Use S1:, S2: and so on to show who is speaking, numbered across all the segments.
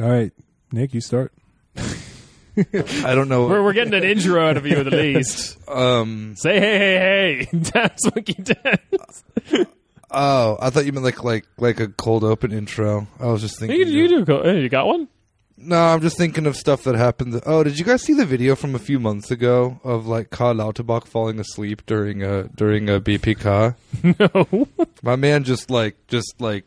S1: All right, Nick, you start.
S2: I don't know.
S3: We're, we're getting an intro out of you at the least.
S2: Um.
S3: Say hey, hey, hey. That's Monkey Dance.
S2: Oh, I thought you meant like like like a cold open intro. I was just
S3: You,
S2: thinking.
S3: you do go. hey, You got one?
S2: No, I'm just thinking of stuff that happened. Oh, did you guys see the video from a few months ago of like Karl Lauterbach falling asleep during a during a BPK?
S3: No.
S2: My man just like just like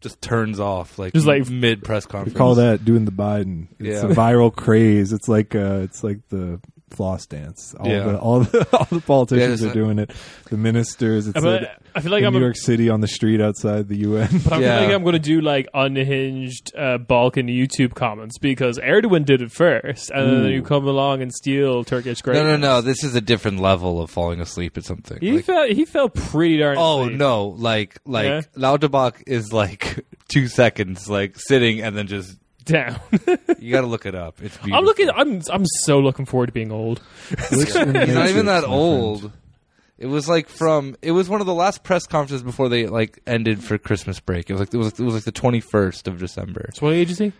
S2: just turns off like
S3: Just, like,
S2: mid press conference.
S1: Call that doing the Biden. It's
S2: Yeah.
S1: a viral craze. It's like uh, it's like the floss dance. All
S2: Yeah.
S1: the all the all the politicians
S2: Yeah,
S1: are
S2: it's
S1: doing it. The ministers. It's
S3: But
S1: like
S3: I feel like
S1: in
S3: I'm
S1: New
S3: a-
S1: York City on the street outside the UN.
S3: But I feel
S2: Yeah.
S3: like I'm going to do like unhinged uh, Balkan YouTube comments because Erdogan did it first, and then you come along and steal Turkish greatness.
S2: No, no, no. This is a different level of falling asleep at something.
S3: He
S2: Like,
S3: fell. He fell pretty darn.
S2: oh
S3: asleep.
S2: no, like like
S3: Yeah.
S2: Lauterbach is like two seconds, like sitting and then just
S3: Down.
S2: you got to look it up. It's beautiful.
S3: I'm looking. I'm. I'm so looking forward to being old.
S1: Glitch in the
S2: He's not
S1: Matrix,
S2: even
S1: my
S2: that
S1: friend.
S2: old. It was like from. It was one of the last press conferences before they like ended for Christmas break. It was like it was, it was like the twenty first of December.
S3: So what age is he?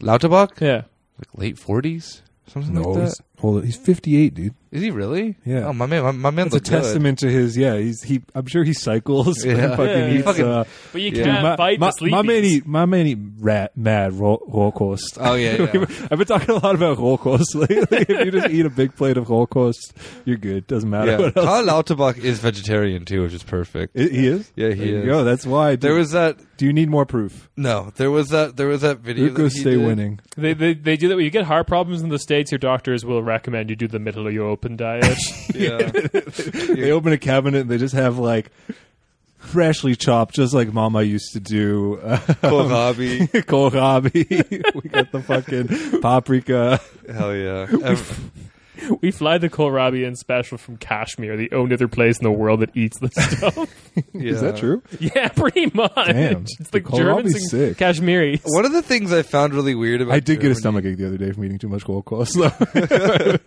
S2: Lauterbach,
S3: Yeah.
S2: like late forties, something
S1: No,
S2: like
S1: he's,
S2: that.
S1: hold it. He's fifty eight, dude.
S2: Is he really?
S1: Yeah.
S2: Oh my man, my, my man
S1: It's a
S2: looked good.
S1: testament to his. Yeah, he's he. I'm sure he cycles.
S2: Yeah.
S1: Yeah. fucking
S3: Yeah.
S1: eats,
S2: Fucking-
S1: uh,
S3: But you
S2: Yeah.
S3: can't
S1: my,
S3: fight
S1: my,
S3: the sleepies.
S1: my man eat my man eat rat mad ro- Rohkost.
S2: Oh yeah, yeah.
S1: I've been talking a lot about Rohkost lately. if you just eat a big plate of Rohkost, you're good. Doesn't matter
S2: yeah.
S1: what else.
S2: Karl Lauterbach is vegetarian too, which is perfect.
S1: It, he is.
S2: Yeah, he
S1: there you
S2: is.
S1: go. That's why.
S2: There was that.
S1: Do you need more proof?
S2: No, there was that. There was that video.
S1: Go
S2: That he
S1: stay
S2: did.
S1: winning.
S3: They, they they do that. When you get heart problems in the states, your doctors will recommend you do the middle of your open diet.
S2: Yeah.
S1: They open a cabinet and they just have like freshly chopped, just like Mama used to do. Uh,
S2: Kohlrabi.
S1: kohlrabi. we got the fucking paprika.
S2: Hell yeah. Ev-
S3: we fly the kohlrabi in special from Kashmir, the only other place in the world that eats this stuff.
S1: Is
S2: yeah.
S1: that true?
S3: yeah, pretty much.
S1: Damn.
S3: It's like
S1: Kohlrabi's
S3: Germans and
S1: sick.
S3: Kashmiris.
S2: One of the things I found really weird about
S1: I did get a
S2: Germany-
S1: stomachache the other day from eating too much Rohkost.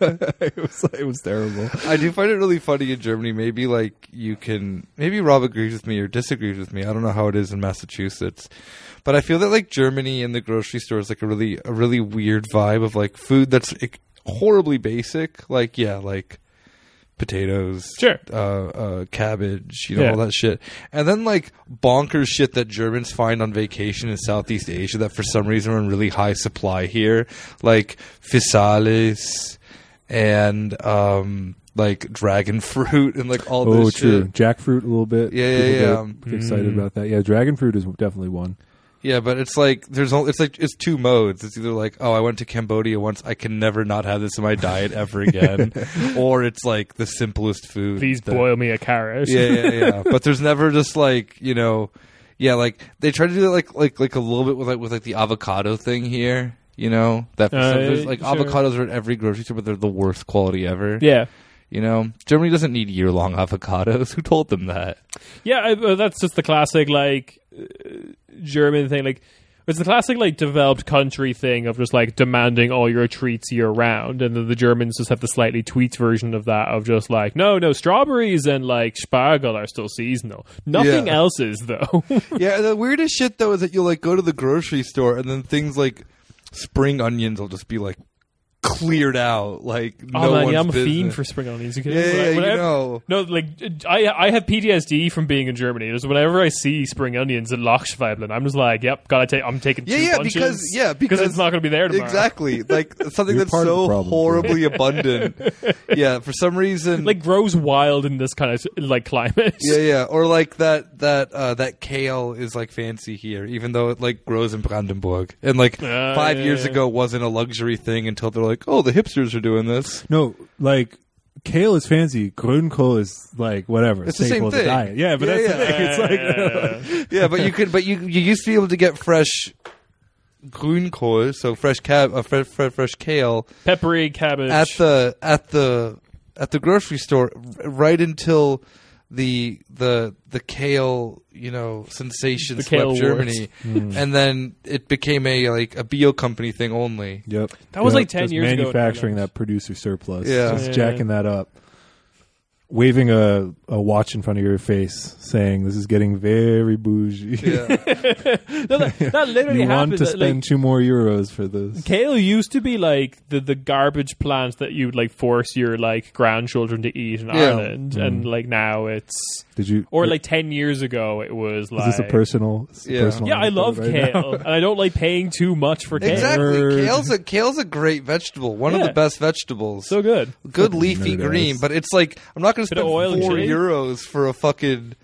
S1: though. it was it was terrible.
S2: I do find it really funny in Germany. Maybe like you can, maybe Rob agrees with me or disagrees with me. I don't know how it is in Massachusetts, but I feel that like Germany in the grocery store is like a really a really weird vibe of like food that's like, horribly basic. Like yeah, like potatoes,
S3: Sure.
S2: uh, uh, cabbage, you know
S3: Yeah.
S2: all that shit, and then like bonkers shit that Germans find on vacation in Southeast Asia that for some reason are in really high supply here, like fisales and um like dragon fruit and like all
S1: Oh,
S2: this
S1: true.
S2: shit.
S1: Jackfruit a little bit.
S2: Yeah, yeah,
S1: People
S2: yeah.
S1: get
S2: Um,
S1: excited about that. Yeah, dragon fruit is definitely one.
S2: Yeah, but it's like there's all it's like it's two modes. It's either like, oh, I went to Cambodia once, I can never not have this in my diet ever again, or it's like the simplest food.
S3: Please
S2: that-
S3: boil me a carrot.
S2: Yeah, yeah, yeah. but there's never just like you know, yeah, like they try to do that like like like a little bit with like with like the avocado thing here. You know that for
S3: Uh,
S2: some- there's, like
S3: sure.
S2: avocados are at every grocery store, but they're the worst quality ever.
S3: Yeah,
S2: You know, Germany doesn't need year long avocados. Who told them that?
S3: yeah. I, uh, that's just the classic like uh, German thing. Like it's the classic like developed country thing of just like demanding all your treats year round, and then the Germans just have the slightly tweaked version of that of just like no, no, strawberries and like spargel are still seasonal. Nothing
S2: Yeah.
S3: else is though.
S2: yeah, the weirdest shit though is that you'll like go to the grocery store and then things like spring onions will just be like cleared out. Like
S3: oh
S2: no
S3: man,
S2: one's
S3: yeah, I'm a
S2: business.
S3: fiend for spring onions. You
S2: yeah, yeah, you know.
S3: No, like I I have PTSD from being in Germany. Just whenever I see spring onions and Lochschweiblen, I'm just like, yep, gotta take. I'm taking
S2: Yeah,
S3: two
S2: yeah,
S3: bunches
S2: because- yeah, because-
S3: it's not gonna be there tomorrow.
S2: Exactly, like something
S1: You're
S2: that's
S1: part of the
S2: so
S1: problem, too.
S2: horribly abundant. Yeah, for some
S1: Hmm.
S2: reason,
S3: Like grows wild in this kind of like climate.
S2: yeah, yeah, or like that that uh, that kale is like fancy here, even though it like grows in Brandenburg, and like
S3: Ah,
S2: five
S3: yeah,
S2: years
S3: yeah.
S2: ago wasn't a luxury thing until they're like, oh, the hipsters are doing this.
S1: No, like kale is fancy. Grünkohl is like whatever.
S2: It's the
S1: staple
S2: same
S1: of
S2: thing.
S1: diet. Yeah, but
S2: Yeah,
S1: that's
S2: yeah.
S1: the thing. It's like
S2: yeah, but you could, but you you used to be able to get fresh grünkohl, so fresh cab, uh, fresh, fresh fresh kale
S3: peppery cabbage.
S2: at the at the at the grocery store r- right until the the the kale you know sensation
S3: The
S2: swept
S3: kale
S2: Germany,
S1: Hmm.
S2: and then it became a like a bio company thing only.
S1: Yep.
S3: That was
S1: Yep,
S3: like 10
S1: just
S3: years ago,
S1: manufacturing
S3: to be honest.
S1: that producer surplus.
S2: Yeah.
S1: Just
S3: Yeah.
S1: jacking that up. waving a, a watch in front of your face, saying this is getting very bougie.
S3: No, that, that literally
S1: you
S3: happened.
S1: want to
S3: That,
S1: spend
S3: like,
S1: two more euros for this?
S3: Kale used to be like the, the garbage plant that you would like force your like grandchildren to eat in
S2: Yeah.
S3: Ireland,
S1: Hmm.
S3: and like now it's
S1: Did you
S3: or like ten years ago it was
S1: Is
S3: like
S1: this a personal? this is a
S2: Yeah.
S1: personal
S3: Yeah, I
S1: anecdote
S3: love
S1: right now.
S3: kale, and I don't like paying too much for kale.
S2: Exactly.
S1: Nerd.
S2: Kale's a kale's a great vegetable. One of
S3: Yeah.
S2: the best vegetables.
S3: So good.
S2: good leafy
S1: Nerd
S2: green,
S1: ass.
S2: but it's like I'm not going to
S3: Bit of
S2: spend
S3: oil and
S2: four
S3: chili.
S2: euros for a fucking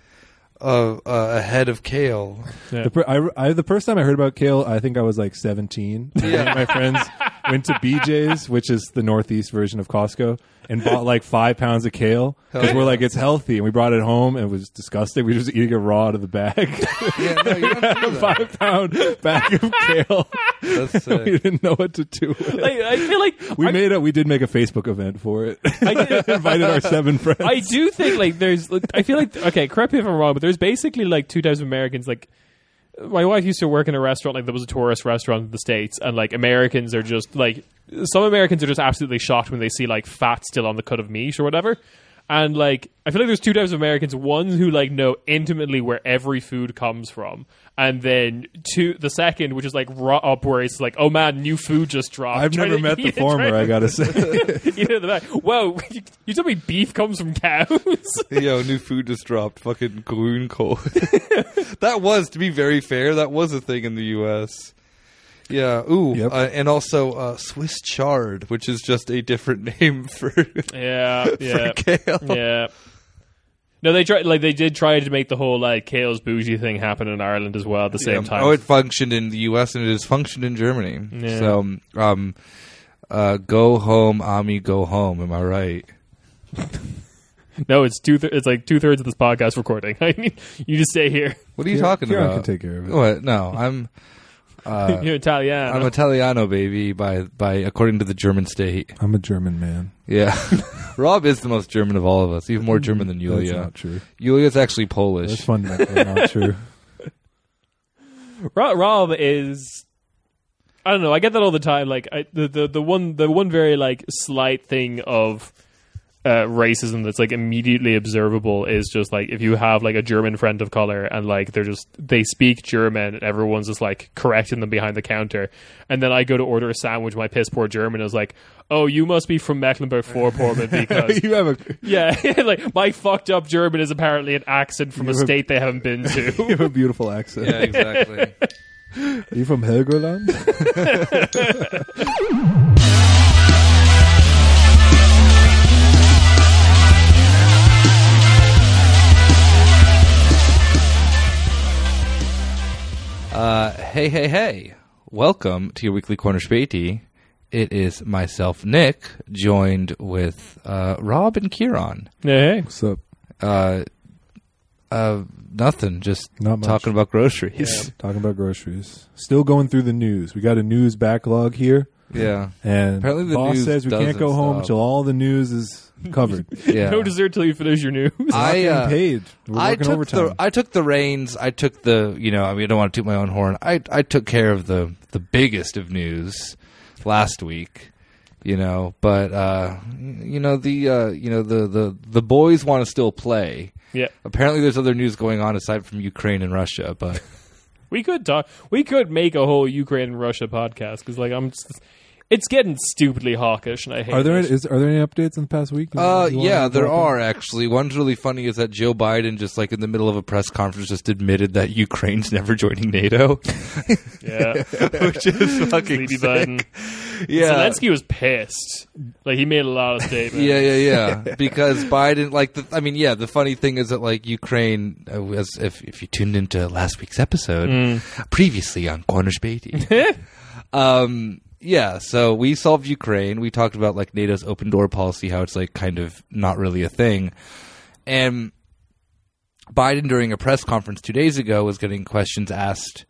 S2: uh, uh, a head of kale.
S1: The, per- I, I- the first time I heard about kale, I think I was like 17.
S2: Yeah.
S1: My friends went to BJ's, which is the Northeast version of Costco, and bought like five pounds of kale because
S2: Hell
S1: we're
S2: yeah.
S1: like, it's healthy. And we brought it home and it was disgusting. We were just eating it raw out of the bag.
S2: Yeah, no, you don't do that.
S1: five pound bag of kale.
S2: That's
S1: we
S2: sick.
S1: didn't know what to do. with it.
S3: Like, I feel like
S1: We
S3: I,
S1: made a, we did make a Facebook event for it.
S3: I-
S1: invited our seven friends.
S3: I do think like there's like, I feel like okay, correct me if I'm wrong, but there's basically like two types of Americans like my wife used to work in a restaurant like that was a tourist restaurant in the states and like Americans are just like some Americans are just absolutely shocked when they see like fat still on the cut of meat or whatever. And like I feel like there's two types of Americans, one who like know intimately where every food comes from and then two the second which is like raw up where it's like oh man, new food just dropped.
S1: I've
S3: Try
S1: never
S3: to
S1: met the
S3: eat it, try
S1: former,
S3: to-
S1: I gotta say.
S3: you know, the back. Whoa, you, you told me beef comes from cows.
S2: Yo, new food just dropped. Fucking green coal. that was, to be very fair, that was a thing in the U.S. Yeah. Ooh.
S1: Yep.
S2: Uh, and also uh, Swiss chard, which is just a different name for,
S3: yeah,
S2: for
S3: yeah,
S2: kale.
S3: yeah. No, they tried. Like they did try to make the whole like kale's bougie thing happen in Ireland as well at the same
S2: Yeah.
S3: time.
S2: Oh, it functioned in the U.S. and it has functioned in Germany.
S3: Yeah.
S2: So, um, uh, go home, Ami, go home. Am I right?
S3: no, it's two. Th- it's like two thirds of this podcast recording. I mean, you just stay here.
S2: What are you
S1: Kieran-
S2: talking
S1: Kieran
S2: about?
S1: can take care of it.
S2: What? No, I'm. Uh,
S3: You're Italian.
S2: I'm Italiano, baby. By by, according to the German state.
S1: I'm a German man.
S2: Yeah, Rob is the most German of all of us. Even more German than
S1: That's
S2: Yulia.
S1: not true.
S2: Yulia's actually
S1: That's
S2: Polish.
S1: fundamentally not true.
S3: Rob, Rob is. I don't know. I get that all the time. Like I, the, the the one the one very like slight thing of uh, racism that's like immediately observable is just like if you have like a German friend of color and like they're just they speak German and everyone's just like correcting them behind the counter, and then I go to order a sandwich. My piss poor German is like, "Oh, you must be from Mecklenburg-Vorpommern because."
S1: you have a
S3: Yeah, like my fucked up German is apparently an accent from a
S1: You have-
S3: state they haven't been
S1: you
S3: to.
S1: have a beautiful accent.
S2: yeah, exactly.
S1: Are you from Helgoland?
S2: Uh, hey, hey, hey! Welcome to your weekly corner spatey. It is myself, Nick, joined with uh, Rob and Kieran.
S3: yeah,
S1: What's up?
S2: Uh, uh, nothing. Just
S1: Not much.
S2: talking about groceries.
S1: Talking about groceries. Still going through the news. We got a news backlog here,
S2: Yeah,
S1: and
S2: Apparently the
S1: boss
S2: news
S1: says we can't
S2: doesn't
S1: go home
S2: stop.
S1: until all the news is covered.
S2: yeah.
S3: no dessert till you finish your news.
S2: I
S1: Getting
S2: uh,
S1: paid. We're
S2: I
S1: working
S2: took
S1: overtime.
S2: the I took the reins. I took the you know I mean I don't want to toot my own horn. I I took care of the the biggest of news last week. You know, but uh, you know the uh, you know the the the boys want to still play.
S3: yeah.
S2: Apparently, there's other news going on aside from Ukraine and Russia. But
S3: We could talk. We could make a whole Ukraine and Russia podcast because, like, I'm. Just, it's getting stupidly hawkish, and I hate.
S1: are there
S3: it.
S1: any, is, are there any updates in the past week?
S2: uh,
S1: You wanna
S2: yeah, there
S1: drop in?
S2: are actually. One's really funny is that Joe Biden just like in the middle of a press conference just admitted that Ukraine's never joining NATO,
S3: Yeah,
S2: which is fucking
S3: Sleepy
S2: sick.
S3: Biden.
S2: Yeah,
S3: Zelensky was pissed. Like he made a lot of statements.
S2: Yeah, yeah, yeah. because Biden, like, the, I mean, yeah. The funny thing is that, like, Ukraine, uh, as if if you tuned into last week's episode, previously on Cornish Beatty, um, yeah. So we solved Ukraine. We talked about like NATO's open door policy, how it's like kind of not really a thing, and Biden during a press conference two days ago was getting questions asked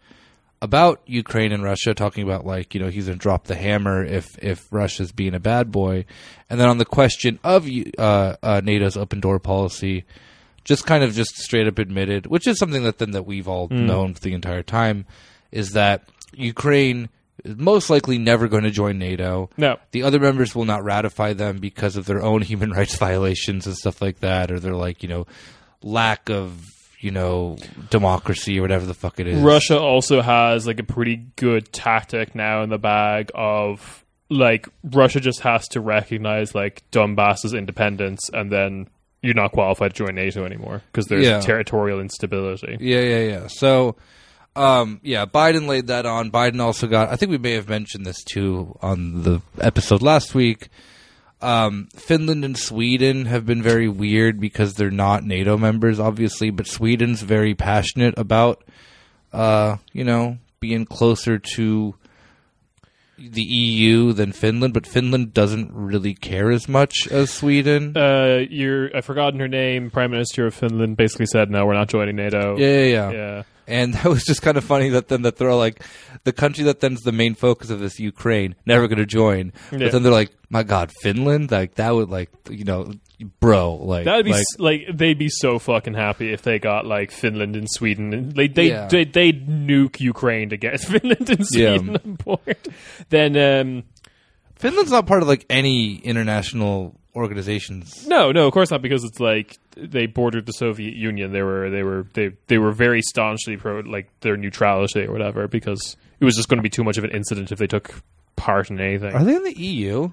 S2: about Ukraine and Russia, talking about like you know he's going to drop the hammer if if Russia's being a bad boy, and then on the question of uh, uh, NATO's open door policy, just kind of just straight up admitted, which is something that then that we've all known for the entire time, is that Ukraine is most likely never going to join NATO.
S3: No.
S2: The other members will not ratify them because of their own human rights violations and stuff like that, or their like you know lack of you know democracy or whatever the fuck it is.
S3: Russia also has like a pretty good tactic now in the bag of like Russia just has to recognize like Donbass's independence and then you're not qualified to join NATO anymore because there's
S2: Yeah.
S3: territorial instability.
S2: Yeah, yeah, yeah. So, um, yeah, Biden laid that on. Biden also got. I think we may have mentioned this too on the episode last week. Um, Finland and Sweden have been very weird because they're not NATO members, obviously, but Sweden's very passionate about, uh, you know, being closer to the EU than Finland, but Finland doesn't really care as much as Sweden.
S3: Uh, you're I've forgotten her name. Prime Minister of Finland basically said, "No, we're not joining NATO."
S2: yeah, yeah, yeah.
S3: yeah.
S2: And that was just kind of funny that then that they're all like, the country that then's the main focus of this Ukraine, never going to join.
S3: Yeah.
S2: But then they're like, my God, Finland, like that would like, you know, bro, like
S3: That'd be
S2: like,
S3: like, like they'd be so fucking happy if they got like Finland and Sweden. and Like they
S2: Yeah.
S3: they they nuke Ukraine to get Finland and
S2: Yeah.
S3: Sweden on board. Then um,
S2: Finland's not part of like any international organizations.
S3: no, no, of course not, because it's like they bordered the Soviet Union. They were they were they they were very staunchly pro like their neutrality or whatever because it was just going to be too much of an incident if they took part in anything.
S2: Are they in the EU?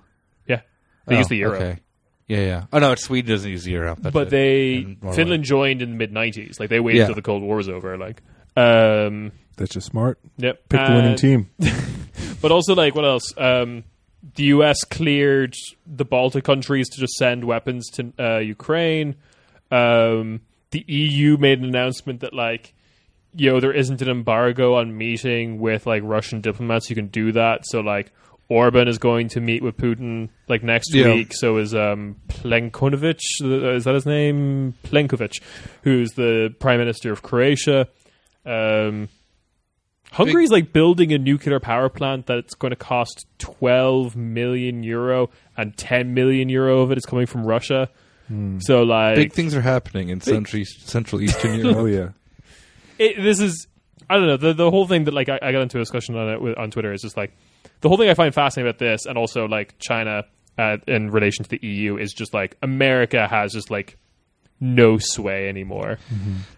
S3: yeah, they
S2: Oh,
S3: used the euro.
S2: Okay. Yeah, yeah. Oh no, it's Sweden doesn't use the euro. That's
S3: but
S2: it.
S3: they
S2: And Norway.
S3: Finland joined in the mid '90s. Like they waited
S2: Yeah.
S3: till the Cold War was over. Like, um,
S1: That's just smart.
S3: yep.
S1: Pick the
S2: Uh,
S1: winning
S3: And-
S1: team.
S3: But also, like, what else? Um, the U.S. cleared the Baltic countries to just send weapons to uh, Ukraine. Um, the EU made an announcement that, like, yo, there isn't an embargo on meeting with like Russian diplomats. You can do that. So, like, Orban is going to meet with Putin like next
S2: Yeah.
S3: week. So is um, Plenkovic. uh, Is that his name? Plenkovic, who's the prime minister of Croatia. Um, Hungary's like building a nuclear power plant that's going to cost 12 million euro, and 10 million euro of it is coming from Russia. So, like,
S2: big things are happening in Central Central Eastern Europe.
S1: Oh yeah.
S3: it, this is I don't know the the whole thing that like I, I got into a discussion on it with, on Twitter is just like the whole thing I find fascinating about this and also like China uh, in relation to the EU is just like America has just like no sway anymore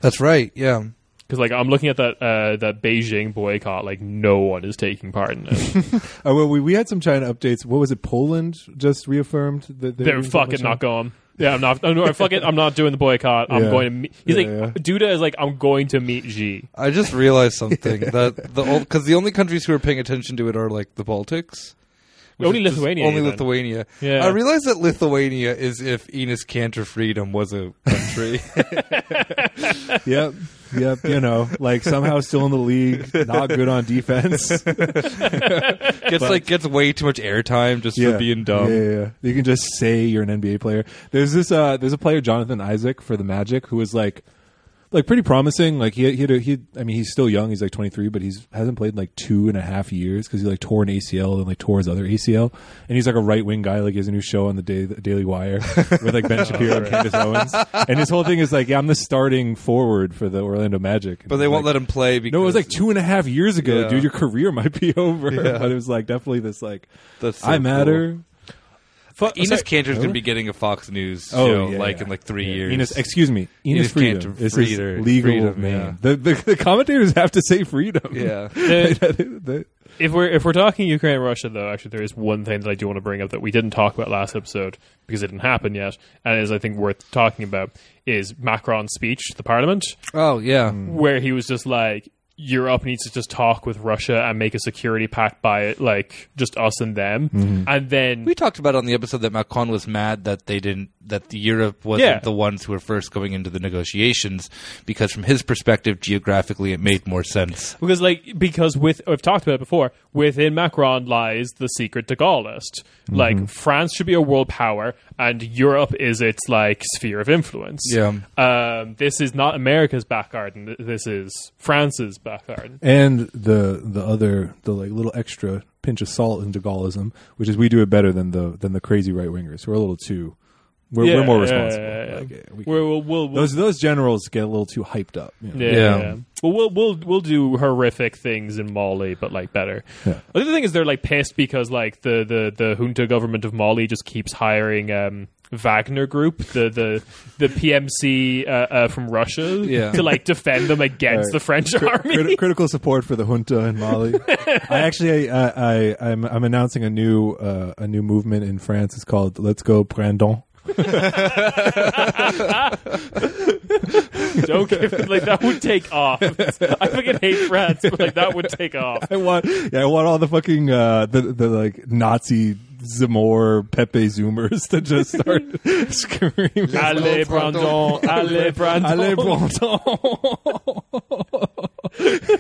S2: That's right. Yeah.
S3: because like I'm looking at that uh, that Beijing boycott like no one is taking part in it
S1: Uh, well, we, we had some China updates. What was it? Poland just reaffirmed that they
S3: they're fucking not going. Yeah, I'm not. I'm, not- fuck it. I'm not doing the boycott. I'm
S1: Yeah.
S3: going to. meet He's
S1: Yeah,
S3: like, Duda is like, I'm going to meet Xi.
S2: I just realized something that the because the only countries who are paying attention to it are like the Baltics, which
S3: Only
S2: is just-
S3: Lithuania,
S2: only
S3: then.
S2: Lithuania.
S3: Yeah.
S2: I realized that Lithuania is if Enos Cantor Freedom was a country.
S1: Yep, yep. You know, like somehow still in the league, not good on defense.
S2: gets like gets way too much airtime just for being dumb.
S1: Yeah, yeah, yeah. You can just say you're an NBA player. There's this. Uh, there's a player, Jonathan Isaac, for the Magic, who was like, like pretty promising. Like he, he had, a, he. I mean, he's still young. He's like 23, but he's hasn't played in like two and a half years because he like tore an ACL and like tore his other ACL. And he's like a right wing guy. Like he has a new show on the, day, the Daily Wire with like Ben Shapiro and Candace Owens. And his whole thing is like, yeah, I'm the starting forward for the Orlando Magic.
S2: But they won't let him play because
S1: No, it was like two and a half years ago,
S2: Yeah.
S1: dude. Your career might be over,
S2: Yeah.
S1: but it was like definitely this like
S2: that's so
S1: I matter.
S2: Cool. Enos
S3: sorry.
S2: Cantor's gonna be getting a Fox News
S1: Oh,
S2: show
S1: yeah,
S2: like
S1: yeah.
S2: in like three
S1: Yeah.
S2: years.
S1: Enos, excuse me, Enos,
S2: Enos
S1: Freedom.
S2: Cantor
S1: This
S2: Freedom.
S1: is legal
S2: Freedom,
S1: name. The, the the commentators have to say freedom.
S2: yeah.
S3: Uh,
S1: The-
S3: if we're if we're talking Ukraine and Russia though, actually there is one thing that I do want to bring up that we didn't talk about last episode because it didn't happen yet, and is I think worth talking about is Macron's speech to the Parliament
S2: Oh yeah.
S1: Mm.
S3: where he was just like Europe needs to just talk with Russia and make a security pact by it, like just us and them,
S1: Mm-hmm.
S3: and then
S2: We talked about on the episode that Macron was mad that they didn't that the Europe wasn't
S3: Yeah.
S2: the ones who were first going into the negotiations because from his perspective geographically it made more sense.
S3: Because like because with I've talked about it before, within Macron lies the secret to Gaullist.
S1: Mm-hmm.
S3: Like France should be a world power and Europe is its like sphere of influence.
S2: Yeah.
S3: Um, this is not America's back garden. Th- This is France's back garden.
S1: and the the other the like little extra pinch of salt in De Gaulleism, which is we do it better than the than the crazy right wingers who are a little too We're,
S3: Yeah,
S1: we're more
S3: yeah,
S1: responsible.
S3: yeah, yeah.
S1: Like, uh, we-
S3: We're, we'll, we'll, we'll,
S1: those those generals get a little too hyped up. you know.
S3: yeah,
S2: Yeah.
S3: yeah. Well, we'll we'll we'll do horrific things in Mali, but like better.
S1: Yeah.
S3: The other thing is they're like pissed because like the the the junta government of Mali just keeps hiring um, Wagner Group, the the the PMC uh, uh, from Russia,
S2: Yeah.
S3: to like defend them against
S1: Right.
S3: the French army.
S1: Criti- critical support for the junta in Mali. I actually, I, I, I'm, I'm announcing a new, uh, a new movement in France. It's called "Let's Go Brandon."
S3: Don't give like that would take off. I fucking hate France, but like that would take off.
S1: I want, yeah, I want all the fucking, uh, the, the like Nazi Zamor Pepe Zoomers to just start screaming.
S3: Allez Brandon, allez Brandon,
S1: Allez, Brandon.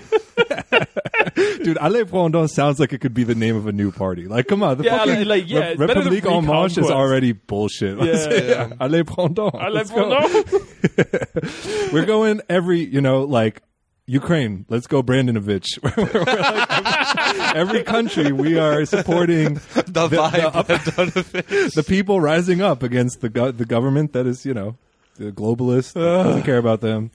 S1: Dude, Allez Brandon sounds like it could be the name of a new party. Like, come on, the
S3: Yeah,
S1: fucking
S3: like, yeah, it's better than
S1: Republique En Marche is
S3: Reconquest.
S1: already bullshit. Let's-
S3: Yeah, yeah.
S1: Allez Brandon. Let's
S3: allez
S1: go.
S3: Brandon.
S1: We're going every, you know, like Ukraine. Let's go, Brandonovich. We're like, every, every country we are supporting
S2: The, vibe.
S1: up- the people rising up against the go- the government that is, you know, the globalist doesn't care about them.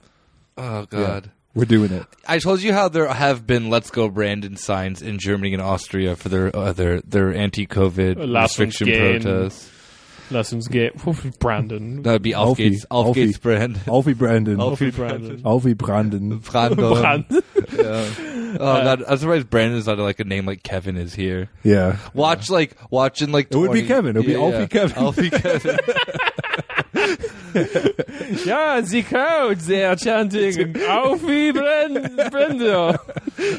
S2: oh
S1: Yeah.
S2: god.
S1: we're doing it.
S2: I told you how there have been "Let's Go Brandon" signs in Germany and Austria for their uh, their their anti-COVID
S3: Last one's
S2: restriction
S3: gain.
S2: protests.
S3: Lessons get Brandon.
S2: That would be
S1: Alfie.
S2: Alfgates, Alfgates
S1: Alfie. Alfie
S2: Brandon.
S1: Brandon.
S2: Alfie
S3: Alfie Brandon.
S1: Alfie Brandon.
S2: Brandon.
S3: Brandon.
S2: Yeah. Oh, God. I'm surprised Brandon's not like a name like Kevin is here.
S1: Yeah.
S2: Watch like watching like
S1: It would be
S2: 20
S1: Kevin. It would be
S2: Yeah,
S1: Alfie
S2: yeah.
S1: Kevin.
S2: Alfie Kevin.
S3: Ja, sie kaut, they are chanting Alfie Brand- Brando.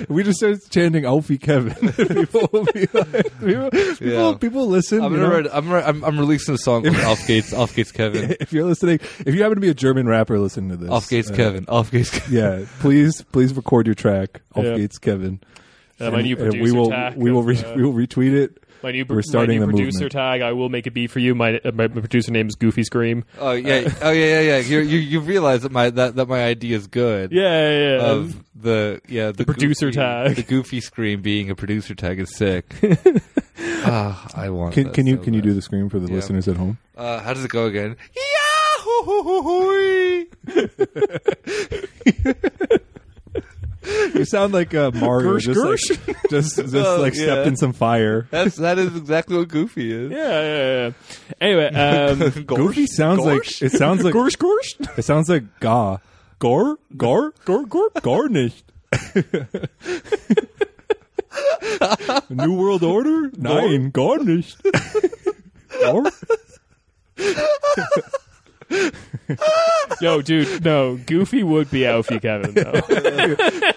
S1: We just started chanting Alfie Kevin. people will be like, people, people,
S2: Yeah.
S1: people listen.
S2: I'm
S1: you
S2: gonna
S1: know?
S2: write, I'm, re- I'm I'm releasing a song called Alfgates Alfgates Kevin.
S1: if you're listening, if you happen to be a German rapper listening to this,
S2: Alfgates
S1: uh,
S2: Kevin. Alfgates Kevin.
S1: Yeah, please, please record your track, Off
S3: Yeah.
S1: Gates Kevin.
S3: Uh, my new
S1: And
S3: producer
S1: we will
S3: tag.
S1: we will
S3: of,
S1: re-
S3: uh,
S1: we will retweet it.
S3: my new,
S1: we're starting
S3: my new
S1: the
S3: producer
S1: movement.
S3: tag. I will make a beat for you. My, uh, my my producer name is Goofy Scream.
S2: Oh yeah. Oh yeah. Yeah. Yeah. You you you realize that my that, that my idea is good.
S3: Yeah, yeah. yeah.
S1: Um,
S2: Of the yeah the,
S3: producer
S2: goofy-
S3: tag.
S2: the goofy scream being a producer tag is sick. Ah, I want.
S1: Can,
S2: that
S1: can you
S2: so
S1: can you
S2: bad.
S1: do the scream for the
S2: Yeah.
S1: listeners at home?
S2: Uh, how does it go again? Yahoo!
S1: You sound like uh, Mario,
S3: Gersh,
S1: just like just, just
S2: Oh,
S1: like stepped
S2: yeah.
S1: in some fire.
S2: That's that is exactly what Goofy is.
S3: yeah, yeah, yeah. Anyway, um,
S1: Goofy sounds
S2: Gorsh?
S1: like it sounds like
S3: Gorsh, Gorsh.
S1: It sounds like ga. Gar, gar, gar, gar, garnished. New World Order? Nein, garnished. Gar?
S3: Yo, dude, no. Goofy would be Alfie Kevin. Though.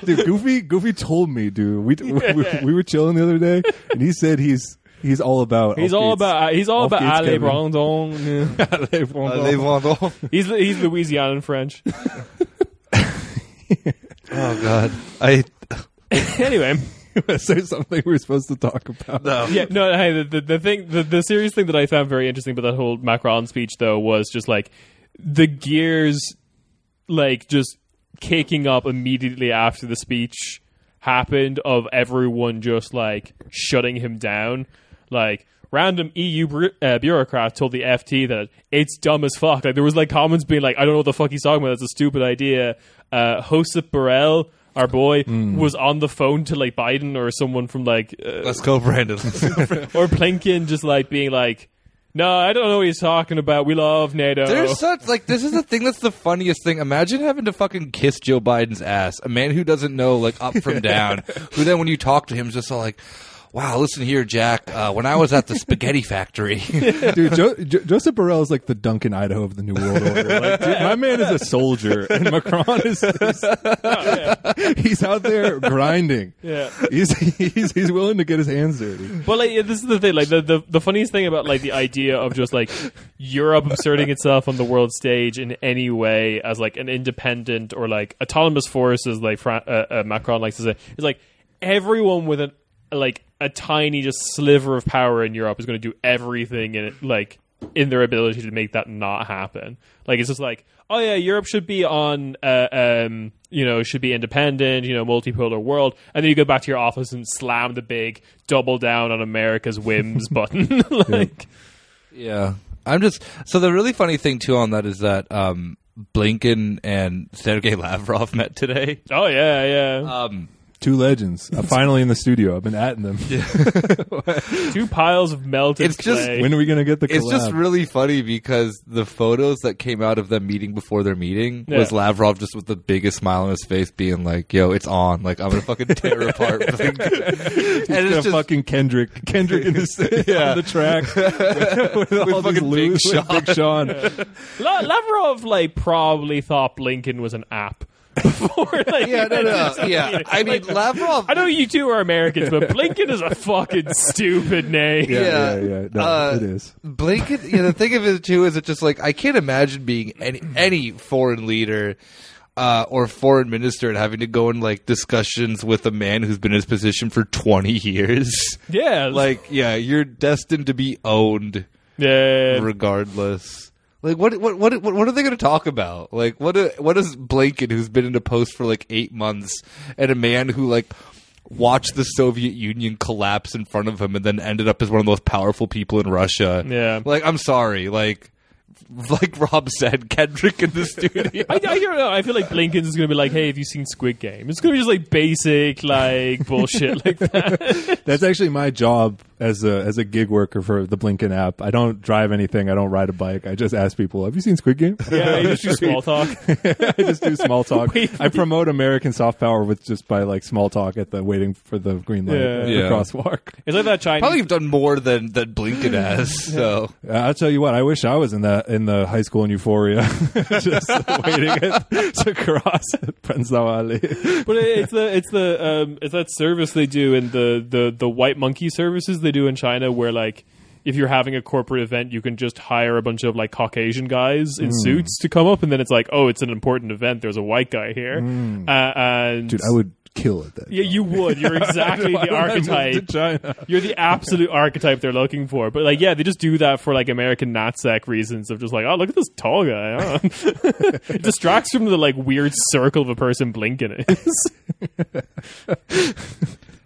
S1: Dude, Goofy, Goofy told me, dude. We, we, we were chilling the other day, and he said he's he's all about.
S3: He's all about uh, he's all
S1: Off
S3: about
S1: Gates
S3: Ale
S1: Kevin.
S3: Brandon. Yeah.
S2: Uh, they want all.
S3: he's he's Louisianan French.
S2: Oh God! I
S3: anyway.
S1: say something we were supposed to talk about.
S2: no.
S3: yeah, no, hey, the, the, the thing, the, the serious thing that I found very interesting about that whole Macron speech, though, was just like the gears, like just kicking up immediately after the speech happened of everyone just like shutting him down. Like, random EU bru- uh, bureaucrat told the FT that it's dumb as fuck. Like, there was like comments being like, I don't know what the fuck he's talking about. That's a stupid idea. Uh, Josep Borrell. Our boy was on the phone to like Biden or someone from like uh,
S2: Let's go, Brandon. Let's go, Brandon.
S3: or Plinkin just like being like, "No, I don't know what he's talking about. We love NATO."
S2: There's such like this is the thing that's the funniest thing. Imagine having to fucking kiss Joe Biden's ass, a man who doesn't know like up from down. Who then when you talk to him is just all like, "Wow, listen here, Jack. Uh, when I was at the spaghetti factory,
S1: Dude, jo- jo- Joseph Burrell is like the Duncan Idaho of the New World Order. Like, dude, my man is a soldier, and Macron is is- he's out there grinding.
S3: Yeah.
S1: he's he's he's willing to get his hands dirty.
S3: but like, yeah, this is the thing. Like the, the the funniest thing about like the idea of just like Europe asserting itself on the world stage in any way as like an independent or like autonomous force, as like Fra- uh, uh, Macron likes to say, is like everyone with an like a tiny just sliver of power in Europe is going to do everything in it like in their ability to make that not happen. Like it's just like, oh yeah, Europe should be on, uh, um, you know, should be independent, you know, multipolar world, and then you go back to your office and slam the big double down on America's whims button. like,
S2: Yeah. I'm just so the really funny thing too on that is that um, Blinken and Sergey Lavrov met today.
S3: Oh yeah, yeah.
S2: Um,
S1: Two legends. I'm finally in the studio. I've been atting them.
S3: Two piles of melted
S2: it's just-
S3: clay.
S1: When are we going to get the collab?
S2: it's just really funny because the photos that came out of them meeting before their meeting
S3: Yeah.
S2: was Lavrov just with the biggest smile on his face, being like, "Yo, it's on! Like I'm gonna fucking tear apart." Blinken." and
S1: It's
S2: it's
S1: got
S2: just
S1: fucking Kendrick, Kendrick in the,
S2: Yeah.
S1: on the track with, all
S2: fucking
S1: these
S2: Big
S1: loose with Big Sean.
S3: La- Lavrov like probably thought Blinken was an app before. Like,
S2: yeah, no, no,
S3: I
S2: yeah. I mean, Lavrov.
S3: know you two are Americans, but Blinken is a fucking stupid name.
S1: Yeah, yeah,
S2: Yeah.
S1: yeah. No,
S2: Uh,
S1: it is.
S2: Blinken, you know, the thing of it too is it just like I can't imagine being any any foreign leader uh, or foreign minister and having to go in like discussions with a man who's been in his position for twenty years.
S3: Yeah,
S2: Like, yeah, you're destined to be owned
S3: yeah.
S2: regardless. Like, what what what what, what are they going to talk about? Like, what do- what is Blinken, who's been in a post for like eight months, and a man who like watched the Soviet Union collapse in front of him, and then ended up as one of the most powerful people in Russia?
S3: Yeah.
S2: Like, I'm sorry, like. Like Rob said, Kendrick in the studio.
S3: I, I don't know. I feel like Blinken's is going to be like, "Hey, have you seen Squid Game?" It's going to be just like basic, like bullshit, like that.
S1: That's actually my job as a as a gig worker for the Blinken app. I don't drive anything. I don't ride a bike. I just ask people, "Have you seen Squid Game?"
S3: Yeah, you just do small talk.
S1: I just do small talk.
S3: Wait.
S1: I promote American soft power with just by like small talk at the waiting for the green light,
S3: Yeah.
S1: at the
S2: Yeah.
S1: crosswalk.
S3: It's like that Chinese.
S2: Probably have done more than than Blinken has. So
S1: Uh, I'll tell you what. I wish I was in that in the high school in Euphoria, just waiting at, to cross Prenzlau Alley.
S3: But it- it's the it's the um, it's that service they do in the, the the white monkey services they do in China where like if you're having a corporate event you can just hire a bunch of like Caucasian guys in suits to come up and then it's like oh it's an important event there's a white guy here uh, and
S1: Dude, I would kill at that.
S3: yeah you would you're exactly the archetype
S1: China.
S3: you're the absolute archetype they're looking for but like yeah they just do that for like American NatSec reasons of just like oh look at this tall guy huh? it distracts from the like weird circle of a person blinking is.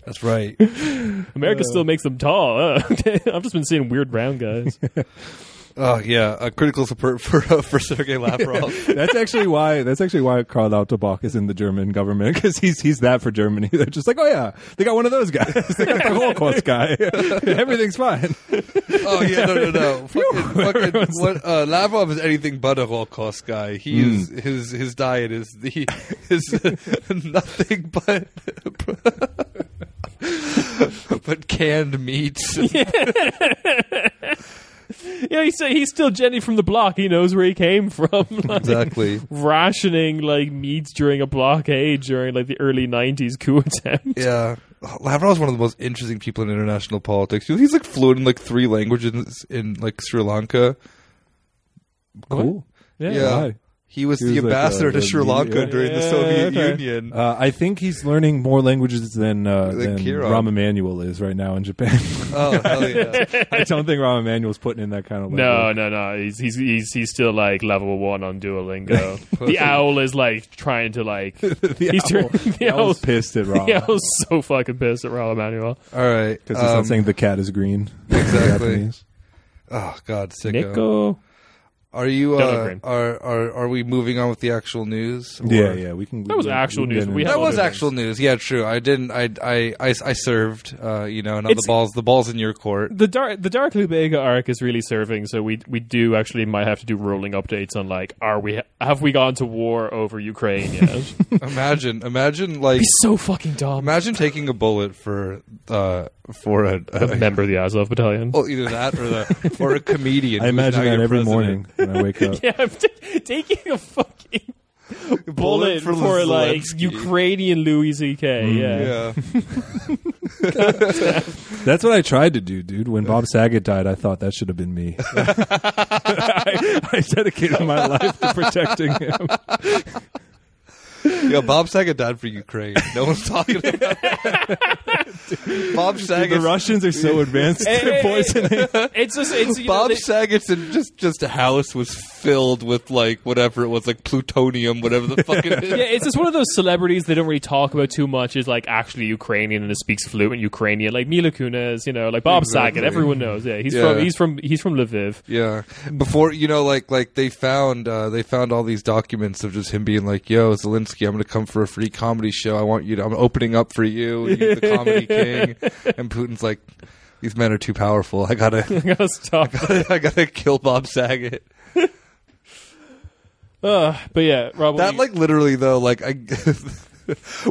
S2: that's right.
S3: America still makes them tall. Uh, I've just been seeing weird brown guys.
S2: Oh yeah, a critical support for uh, for Sergey Lavrov.
S1: That's actually why. That's actually why Karl Lauterbach is in the German government because he's he's that for Germany. They're just like, oh yeah, they got one of those guys. They got the Holocaust guy. Everything's fine.
S2: Oh yeah, no, no, no. fucking, fucking, what, uh, Lavrov is anything but a Holocaust guy. He
S1: Hmm.
S2: is his his diet is the is nothing but but canned meats.
S3: yeah, he's, he's still Jenny from the block. He knows where he came from. Like,
S2: Exactly.
S3: Rationing like meats during a blockade during like the early '90s coup attempt.
S2: Yeah. Lavrov's one of the most interesting people in international politics. He's like fluent in like three languages in like Sri Lanka.
S1: Cool.
S3: Yeah.
S1: why?
S2: He was
S1: He
S2: the
S1: was, like,
S2: ambassador
S1: uh,
S2: to
S1: the
S2: Sri
S1: media-
S2: Lanka during the
S3: Yeah,
S2: Soviet
S3: okay.
S2: Union.
S1: Uh, I think he's learning more languages than uh,
S2: Like
S1: than
S2: Kirov.
S1: Rahm Emanuel is right now in Japan.
S2: oh hell yeah!
S1: I don't think Rahm Emanuel's putting in that kind of
S3: No,
S1: language.
S3: no, no. He's he's he's he's still like level one on Duolingo. the owl is like trying to like.
S1: the
S3: he's
S1: owl,
S3: turning- the
S1: the owl's
S3: owl's-
S1: pissed at Rahm
S3: Yeah, I
S1: because
S3: was so fucking pissed at Raul Emanuel.
S2: All right,
S1: he's not
S2: um,
S1: saying the cat is green.
S2: exactly.
S1: Japanese.
S2: Oh God, sicko.
S3: Nico.
S2: Are you
S3: Don't
S2: uh,
S3: agree.
S2: are, are are we moving on with the actual news? or-
S1: Yeah, yeah. We can.
S3: That was
S1: we-
S3: actual
S1: we can
S3: news.
S1: get
S3: We
S1: into
S3: have
S2: That
S1: it.
S2: was
S3: Other
S2: actual news. Yeah, true. I didn't. I I I, I served. Uh, you know, now the
S3: It's-
S2: balls the balls in your court.
S3: the dark the dark Lubega arc is really serving. So we we do actually might have to do rolling updates on like are we have we gone to war over Ukraine yet? It'd
S2: Imagine, imagine like
S3: be so fucking dumb.
S2: imagine taking a bullet for uh for a,
S3: A
S2: a
S3: member of the Azov battalion.
S2: well, either that or the or a comedian.
S1: I
S2: who's
S1: imagine
S2: now your
S1: that every
S2: president.
S1: morning when I wake up.
S3: Yeah, I'm t- taking a fucking bullet, for, like
S2: Zelensky.
S3: Ukrainian Louis C.K. yeah.
S2: Yeah,
S1: That's what I tried to do, dude. When Bob Saget died, I thought that should have been me. I, I dedicated my life to protecting him.
S2: yeah. Bob Saget died for Ukraine. No one's talking about that. Bob
S1: The
S2: Saget.
S1: Russians are so advanced.
S3: Hey,
S1: They're
S3: hey, hey.
S1: poisoning.
S3: eh, It's just it's you know,
S2: Bob
S3: they-
S2: Saget's in just just a house was
S4: filled with like whatever it was, like plutonium, whatever the fuck it is.
S3: Yeah, it's just one of those celebrities they don't really talk about too much. Is like actually Ukrainian and speaks fluent Ukrainian, like Mila Kunis, you know, like Bob
S2: Exactly.
S3: Saget. Everyone knows. Yeah, he's
S2: Yeah.
S3: from he's from he's from Lviv.
S2: Yeah. Before you know, like like they found uh, they found all these documents of just him being like, "Yo, Zelensky, I'm going to come for a free comedy show. I want you to. I'm opening up for you. And you're the comedy king." And Putin's like, "These men are too powerful. I gotta,
S3: I gotta stop.
S2: I gotta kill Bob Saget."
S3: Uh, but yeah, Rob. what
S2: That
S3: do you-
S2: like literally though, like I.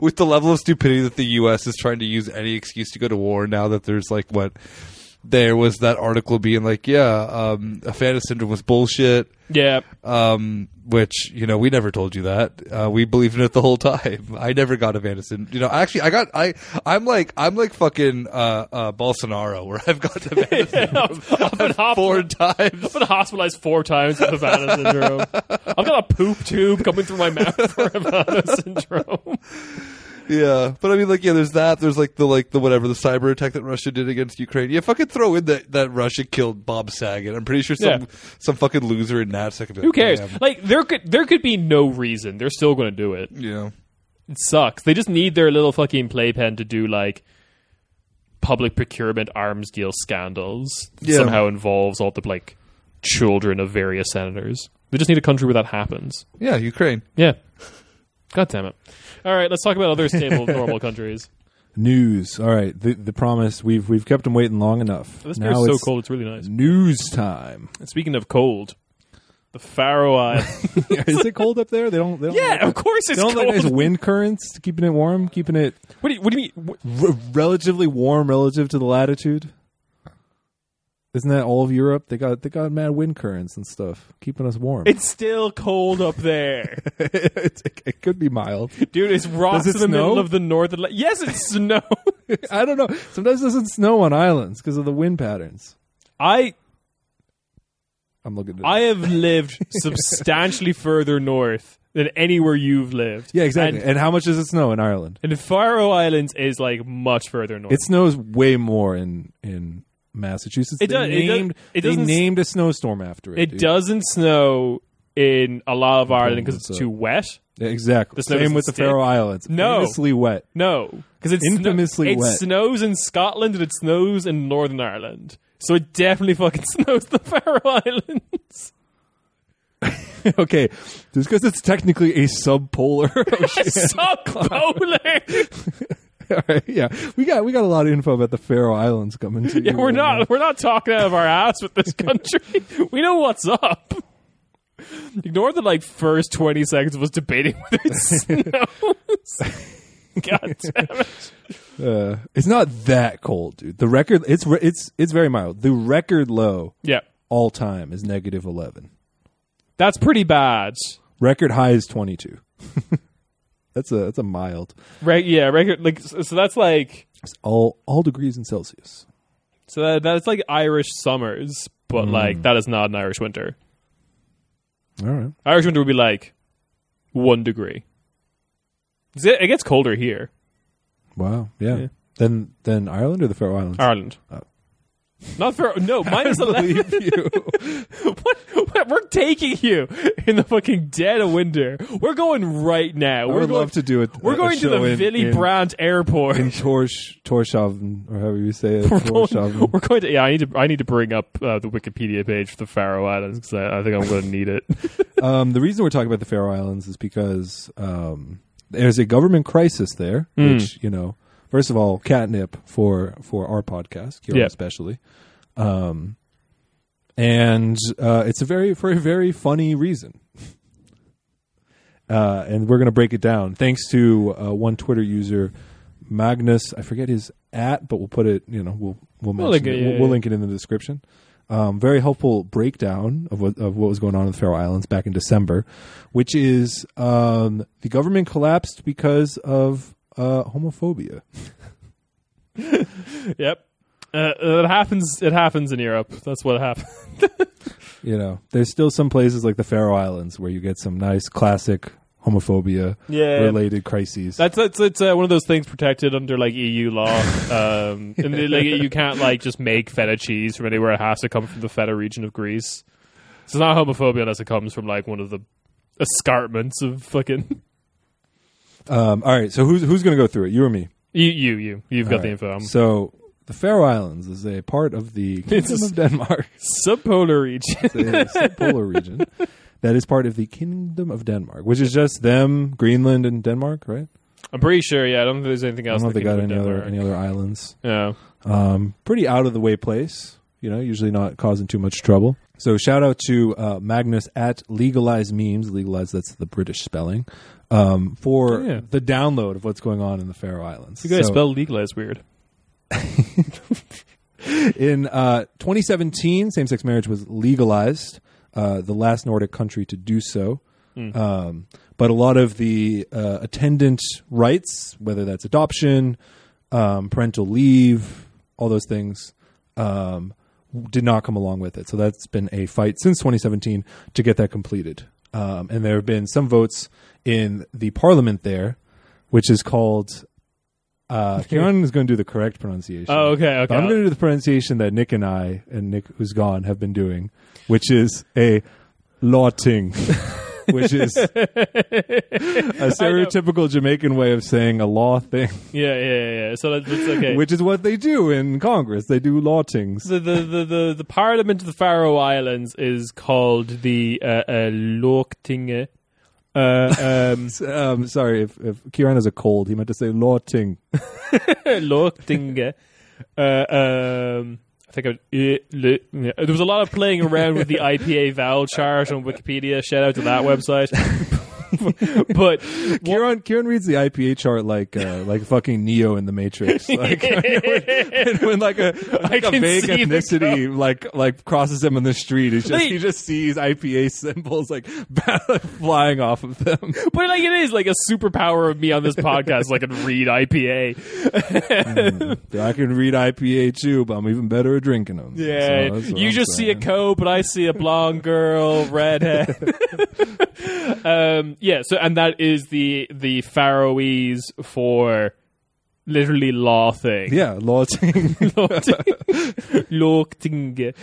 S2: With the level of stupidity that the U.S. is trying to use any excuse to go to war now that there's like what there was that article being like yeah um, Afghanistan syndrome was bullshit
S3: yeah,
S2: um, which you know we never told you that uh, we believed in it the whole time. I never got a Anderson. You know, actually, I got I I'm like I'm like fucking uh, uh, Bolsonaro, where I've got to Anderson
S3: I've been hop-
S2: four times.
S3: I've been hospitalized four times with Havana syndrome. I've got a poop tube coming through my mouth for Havana syndrome.
S2: Yeah, but I mean, like, yeah, there's that. There's like the like the whatever the cyber attack that Russia did against Ukraine. Yeah, fucking throw in that that Russia killed Bob Saget. I'm pretty sure some
S3: Yeah.
S2: some fucking loser in NATSEC. could be
S3: Who
S2: like,
S3: cares?
S2: "Damn."
S3: Like there could there could be no reason. They're still going to do it.
S2: Yeah.
S3: It sucks. They just need their little fucking playpen to do like public procurement arms deal scandals. That
S2: Yeah.
S3: Somehow involves all the like children of various senators. They just need a country where that happens.
S2: Yeah, Ukraine.
S3: Yeah. God damn it. All right, let's talk about other stable normal countries.
S1: News. All right, the, the promise. We've we've kept them waiting long enough.
S3: This
S1: now
S3: beer's so
S1: it's
S3: cold, it's really nice.
S1: News time.
S3: And speaking of cold, the Faroe Islands.
S1: Is it cold up there? They don't. They don't
S3: yeah, of course
S1: They
S3: it's
S1: don't
S3: cold.
S1: like nice wind currents keeping it warm, keeping it
S3: What do you, what do you mean? What-
S1: r- relatively warm relative to the latitude. Isn't that all of Europe? They got they got mad wind currents and stuff, keeping us warm.
S3: It's still cold up there.
S1: It's- it could be mild.
S3: Dude, it's rocks in
S1: Does it
S3: the middle
S1: snow?
S3: of the North Atlantic. Yes, it snows.
S1: I don't know. Sometimes it doesn't snow on islands because of the wind patterns.
S3: I
S1: I'm looking at.
S3: I have lived substantially further north than anywhere you've lived.
S1: yeah, exactly.
S3: And,
S1: And, how much does it snow in Ireland?
S3: and the Faroe Islands is like much further north.
S1: It snows way more in in Massachusetts.
S3: It
S1: They
S3: does- it does-
S1: named-
S3: it
S1: they
S3: doesn't s-
S1: named a snowstorm after it.
S3: it
S1: dude.
S3: doesn't snow in a lot of Ireland because
S1: it's
S3: it's
S1: a-
S3: too wet.
S1: Yeah, exactly.
S3: The snow
S1: Same
S3: doesn't
S1: with the
S3: stick.
S1: Faroe Islands.
S3: No.
S1: famously wet.
S3: No, because it's sno-
S1: Infamously
S3: it
S1: wet.
S3: snows in Scotland and it snows in Northern Ireland. So it definitely fucking snows the Faroe Islands.
S1: okay, just because it's technically a subpolar ocean.
S3: Subpolar.
S1: All right, yeah, we got we got a lot of info about the Faroe Islands coming to you.
S3: Yeah, we're
S1: right now.
S3: not we're not talking out of our ass with this country. we know what's up. Ignore the like first twenty seconds of us debating whether it snows. God damn it!
S1: Uh, it's not that cold, dude. The record it's re- it's it's very mild. The record low
S3: Yeah,
S1: all time is negative eleven.
S3: that's pretty bad.
S1: Record high is twenty two. that's a that's a mild.
S3: Right? Yeah, record like so so that's like
S1: It's all all degrees in Celsius.
S3: so that, that's like Irish summers, but like that is not an Irish winter.
S1: All right,
S3: Irish winter would be like one degree. Is It it gets colder here,
S1: wow, yeah. Then then Ireland or the Faroe Islands?
S3: Ireland.
S1: Oh.
S3: Not for no minus eleven.
S1: you.
S3: what, what- We're taking you in the fucking dead of winter. We're going right now.
S1: I
S3: we're
S1: would
S3: going,
S1: love to do it.
S3: We're going to the Willy Brandt Airport.
S1: in Torsh Torshavn or however you say it.
S3: We're going,
S1: Torshavn.
S3: we're going to. Yeah, I need to. I need to bring up uh, the Wikipedia page for the Faroe Islands because I, I think I'm going to need it.
S1: um, the reason we're talking about the Faroe Islands is because um, there's a government crisis there, which you know, first of all, catnip for for our podcast, Kieran
S3: Yeah.
S1: especially, um, and uh, it's a very for a very funny reason. Uh, and we're going to break it down thanks to uh, one Twitter user, Magnus. I forget his at, but we'll put it. You know, we'll we'll mention
S3: link
S1: it.
S3: it,
S1: We'll-
S3: yeah,
S1: we'll
S3: yeah.
S1: link it in the description um, very helpful breakdown of what of what was going on in the Faroe Islands back in December, which is um, the government collapsed because of uh, homophobia.
S3: yep. Uh, it happens. It happens in Europe. That's what happens.
S1: You know, there's still some places like the Faroe Islands where you get some nice classic homophobia
S3: Yeah.
S1: related crises.
S3: That's that's it's uh, one of those things protected under like EU law. Um, and they, like you can't like just make feta cheese from anywhere. It has to come from the feta region of Greece. it's not homophobia unless it comes from like one of the escarpments of fucking
S1: Um, all right, so who's who's going to go through it? You or me?
S3: you. E You, you, you've got
S1: All
S3: the
S1: right.
S3: info. I'm
S1: So the Faroe Islands is a part of the
S3: It's
S1: Kingdom
S3: a-
S1: of Denmark,
S3: subpolar region.
S1: It's a polar region that is part of the Kingdom of Denmark, which is just them, Greenland, and Denmark, right?
S3: I'm pretty sure. Yeah, I don't think there's anything
S1: I
S3: else.
S1: don't know if they
S3: that
S1: got
S3: can be
S1: any
S3: done
S1: other
S3: there.
S1: any other islands.
S3: Yeah.
S1: Um, pretty out of the way place, you know. Usually not causing too much trouble. So shout out to uh, Magnus at Legalize Memes. Legalize that's the British spelling um, for
S3: Yeah.
S1: the download of what's going on in the Faroe Islands.
S3: You guys
S1: So-
S3: spell legalize weird.
S1: In uh, 2017, same sex marriage was legalized, uh, the last Nordic country to do so. Um, but a lot of the uh, attendant rights, whether that's adoption, um, parental leave, all those things, um, w- did not come along with it. So that's been a fight since 2017 to get that completed. Um, and there have been some votes in the parliament there, which is called. Uh, Kieran is going to do the correct pronunciation.
S3: Oh, okay, okay.
S1: But I'm going to do the pronunciation that Nick and I and Nick, who's gone, have been doing, which is a lotting, which is a stereotypical Jamaican way of saying a law thing,
S3: Yeah, yeah, yeah, yeah. So that's, that's okay.
S1: which is what they do in Congress. They do lottings.
S3: the, the, the, the, the Parliament of the Faroe Islands is called the uh, uh, Lortinge. Uh, um,
S1: Um, sorry, if, if Kieran has a cold, he meant to say lotting.
S3: Lortinge. Uh, um, I think I was, eh, le- yeah. there was a lot of playing around with the IPA vowel chart on Wikipedia. Shout out to that website. but
S1: Kieran, Kieran reads the IPA chart like uh, like fucking Neo in the Matrix. Like, when, when like a like a
S3: can
S1: vague
S3: see the
S1: ethnicity like like crosses him in the street, he's just,
S3: Wait.
S1: he just sees IPA symbols like flying off of them.
S3: but like it is like a superpower of me on this podcast. Like I can read IPA.
S1: Mm-hmm. I can read IPA too, but I'm even better at drinking them.
S3: Yeah,
S1: So that's what
S3: you
S1: I'm
S3: just see a
S1: saying.
S3: coat, but I see a blonde girl, redhead. um, yeah. So, and that is the the Faroese for literally law thing.
S1: yeah, lotting.
S3: Lorting,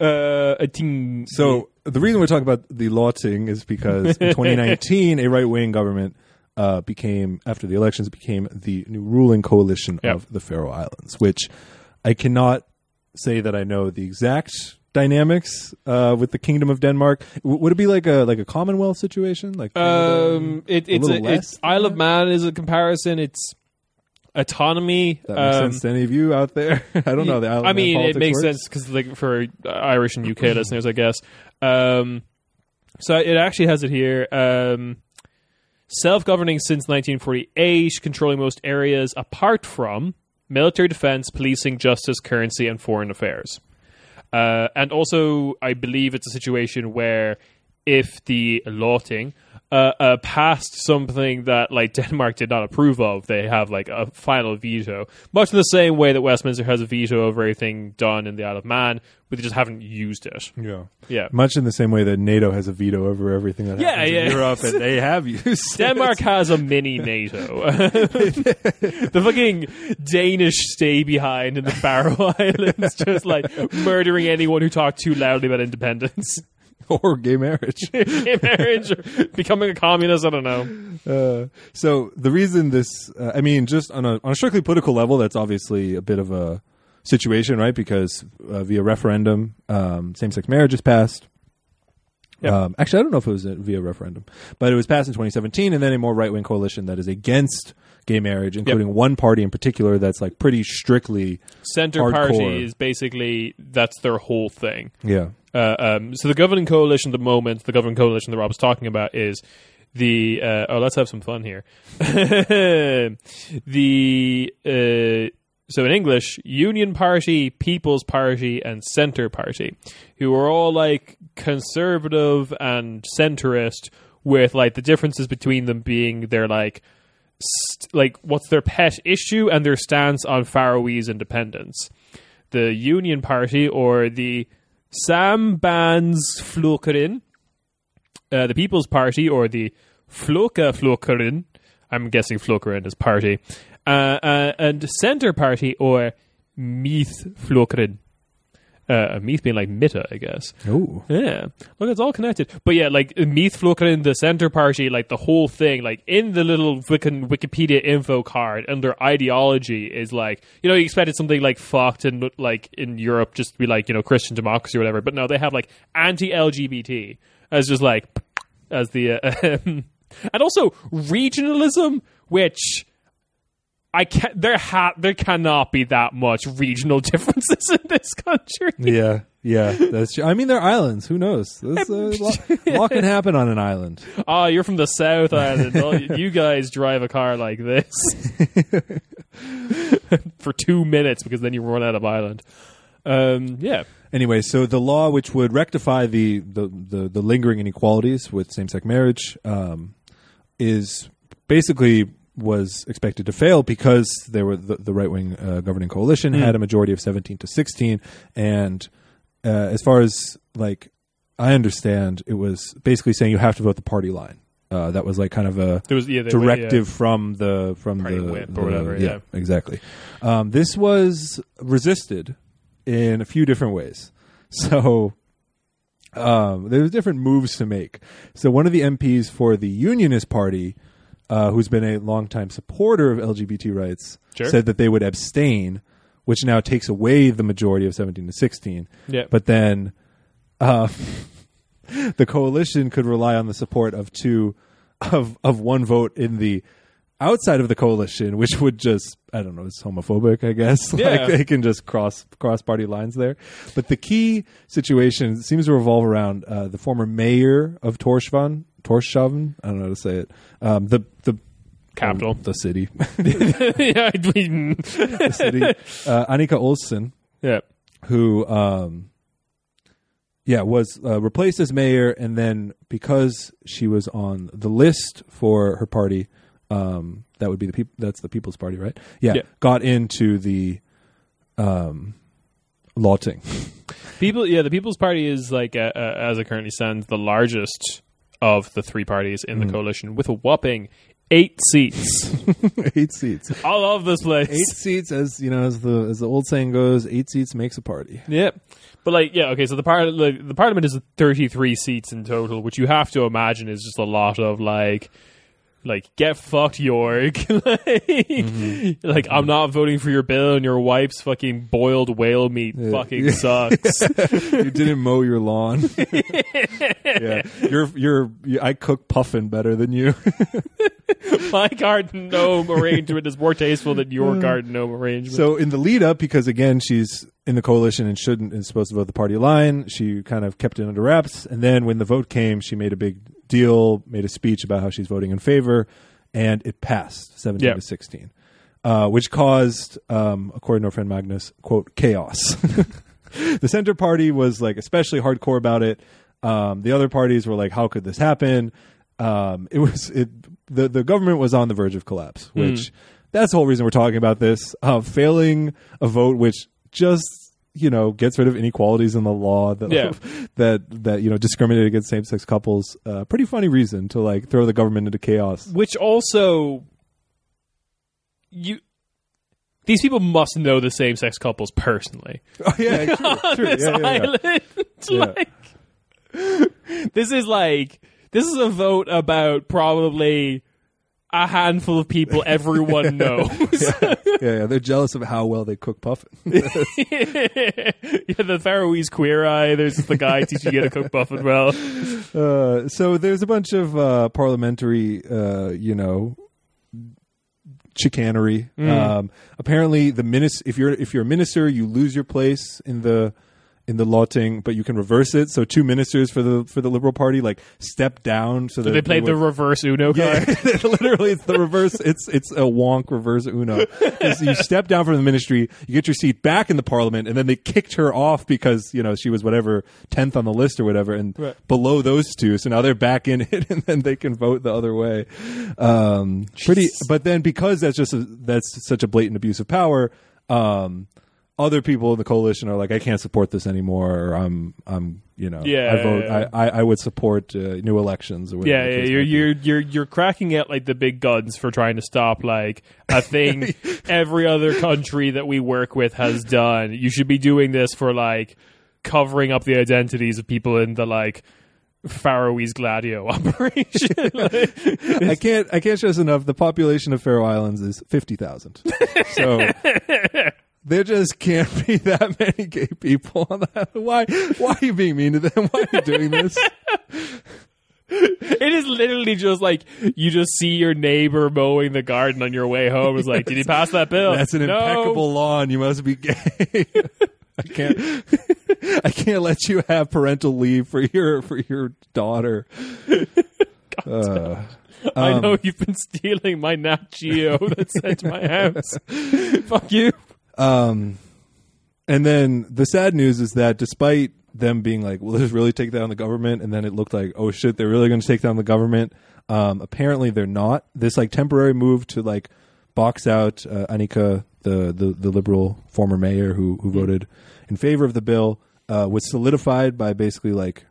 S3: uh, a ting.
S1: So the reason we're talking about the lotting is because in 2019, a right-wing government uh, became, after the elections, became the new ruling coalition
S3: Yep.
S1: of the Faroe Islands, which I cannot say that I know the exact dynamics uh, with the Kingdom of Denmark. W- would it be like a like a Commonwealth situation? Like
S3: um, it, it's a,
S1: little less
S3: it's Isle of Man is a comparison. It's autonomy.
S1: that makes
S3: um,
S1: sense to any of you out there? I don't know. The island
S3: I mean, it
S1: politics
S3: makes
S1: works.
S3: sense because like for uh, Irish and UK listeners, I guess. Um, so it actually has it here. Um, self-governing since 1948, controlling most areas apart from military defense, policing, justice, currency, and foreign affairs. Uh, and also, I believe it's a situation where if the lotting uh, uh, passed something that like Denmark did not approve of, they have like a final veto, much in the same way that Westminster has a veto over everything done in the Isle of Man, but they just haven't used it.
S1: Yeah.
S3: Yeah.
S1: Much in the same way that NATO has a veto over everything that
S3: Yeah,
S1: happens
S3: yeah.
S1: in Europe, and they have used
S3: Denmark has a mini NATO. the fucking Danish stay behind in the Faroe Islands, just like murdering anyone who talked too loudly about independence,
S1: or gay marriage.
S3: marriage, or becoming a communist. I don't know.
S1: Uh, so the reason this, uh, I mean, just on a on a strictly political level, that's obviously a bit of a situation, right? Because uh, via referendum, um, same sex marriage is passed.
S3: Yep.
S1: Um, actually, I don't know if it was uh, via referendum, but it was passed in 2017, and then a more right wing coalition that is against gay marriage, including one party in particular that's like pretty strictly,
S3: Center
S1: Hardcore.
S3: party is basically that's their whole thing.
S1: yeah,
S3: Uh, um, so the governing coalition at the moment, the governing coalition that Rob was talking about is the uh, oh, let's have some fun here. the uh, so in English, Union Party, People's Party, and Centre Party, who are all like conservative and centrist, with like the differences between them being they're like st- like what's their pet issue and their stance on Faroese independence. The Union Party or the Sambandsflokkurin, uh, the People's Party or the Floka Flokkurin, I'm guessing Flokkurin is party, uh, uh, and Center Party or Meath Flokkurin. Uh, Meath being like Mitta, I guess.
S1: Oh,
S3: Yeah. Look, it's all connected. But yeah, like Meath Flokin, the center party, like the whole thing, like in the little Wikin- Wikipedia info card under ideology is like, you know, you expected something like fucked and like in Europe just to be like, you know, Christian democracy or whatever. But no, they have like anti LGBT as just like, as the, uh, and also regionalism, which. I can't. There ha- There cannot be that much regional differences in this country.
S1: yeah, yeah. That's. True. I mean, they're islands. Who knows? This, uh, a, lot, a lot can happen on an island.
S3: Ah, you're from the South Island. Well, y- you guys drive a car like this for two minutes because then you run out of island. Um, yeah.
S1: Anyway, so the law which would rectify the the, the, the lingering inequalities with same sex marriage um, is basically was expected to fail because there were the, the right wing uh, governing coalition had a majority of seventeen to sixteen, and uh, as far as like I understand, it was basically saying you have to vote the party line. Uh, that was like kind of a
S3: There was- yeah, they-
S1: directive from the from
S3: uh, Party
S1: the
S3: whip or
S1: the-
S3: whatever, yeah.
S1: exactly. Um, this was resisted in a few different ways. So um, there was different moves to make. So one of the MPs for the Unionist Party, uh, who's been a longtime supporter of LGBT rights,
S3: Sure.
S1: said that they would abstain, which now takes away the majority of 17 to 16.
S3: Yeah.
S1: But then uh, the coalition could rely on the support of two of of one vote in the outside of the coalition, which would just I don't know, it's homophobic, I guess.
S3: Yeah.
S1: Like they can just cross cross party lines there. But the key situation seems to revolve around uh, the former mayor of Torshvan, Torshavn, I don't know how to say it. Um, the the
S3: Capital.
S1: the city,
S3: yeah, I mean,
S1: the city. Uh, Annika Olsen
S3: yeah.
S1: who um yeah was uh, replaced as mayor and then because she was on the list for her party um that would be the people that's the people's party right yeah,
S3: Yeah.
S1: got into the um lotting
S3: People, yeah, the People's Party is like, uh, uh, as it currently stands, the largest of the three parties in
S1: Mm.
S3: the coalition with a whopping eight seats.
S1: eight seats
S3: I love this place.
S1: eight seats as you know as the as the old saying goes eight seats makes a party
S3: Yep. But like, yeah, okay. So the par- like, the parliament is thirty-three seats in total, which you have to imagine is just a lot of like, like get fucked, York. like, like, I'm not voting for your bill, and your wife's fucking boiled whale meat fucking sucks.
S1: you didn't mow your lawn yeah you're you're you, i cook puffin better than you
S3: My garden gnome arrangement is more tasteful than your garden gnome arrangement.
S1: So in the lead up, because again she's in the coalition and shouldn't is supposed to vote the party line, she kind of kept it under wraps. And then when the vote came, she made a big deal, made a speech about how she's voting in favor, and it passed seventeen
S3: Yeah.
S1: to sixteen, uh, which caused, um, according to our friend Magnus, quote chaos. the center party was like especially hardcore about it. Um, the other parties were like, "How could this happen?" Um, it was it the the government was on the verge of collapse,
S3: Hmm.
S1: which that's the whole reason we're talking about this. Uh, failing a vote, which just you know gets rid of inequalities in the law that
S3: Yeah.
S1: that that you know discriminate against same sex couples. Uh, pretty funny reason to like throw the government into chaos.
S3: which also you. These people must know the same-sex couples personally.
S1: Oh yeah, true, true.
S3: this island. like, this is like this is a vote about probably a handful of people everyone knows.
S1: yeah, yeah. They're jealous of how well they cook puffin.
S3: yeah, the Faroese queer eye. There's the guy teaching you how to cook buffet well.
S1: Uh, so there's a bunch of uh, parliamentary, uh, you know, chicanery.
S3: Mm.
S1: Um, apparently, the minis- if you're if you're a minister, you lose your place in the in the lotting, but you can reverse it. So two ministers for the for the Liberal Party like step down. So that
S3: They played the
S1: would-
S3: reverse Uno card.
S1: yeah, literally, it's the reverse. It's it's a wonk reverse Uno. It's- you step down from the ministry, you get your seat back in the parliament, and then they kicked her off because you know she was whatever tenth on the list or whatever, and
S3: Right.
S1: below those two. So now they're back in it, and then they can vote the other way. Um, pretty, but then because that's just a, that's such a blatant abuse of power. Um, other people in the coalition are like, I can't support this anymore. Or I'm, I'm, you know,
S3: Yeah,
S1: I vote.
S3: yeah, yeah.
S1: I, I, I would support uh, new elections. Or whatever
S3: Yeah,
S1: the
S3: yeah,
S1: case
S3: you're
S1: might be.
S3: you're you're you're cracking at like the big guns for trying to stop like a thing every other country that we work with has done. You should be doing this for like covering up the identities of people in the like Faroese Gladio operation. Like,
S1: I can't. I can't stress enough. The population of Faroe Islands is fifty thousand. So there just can't be that many gay people. On that. Why? Why are you being mean to them? Why are you doing this?
S3: it is literally just like you just see your neighbor mowing the garden on your way home. It's like, did he pass that bill?
S1: That's an
S3: No.
S1: impeccable lawn. You must be gay. I can't. I can't let you have parental leave for your for your daughter. Uh,
S3: I know you've been stealing my Nat Geo that's at my house. Fuck you.
S1: Um, and then the sad news is that despite them being like, "Will this really take down the government?" and then it looked like, "Oh shit, they're really going to take down the government." Um, apparently, they're not. This like temporary move to like box out uh, Anika, the, the the liberal former mayor who who voted in favor of the bill, uh, was solidified by basically like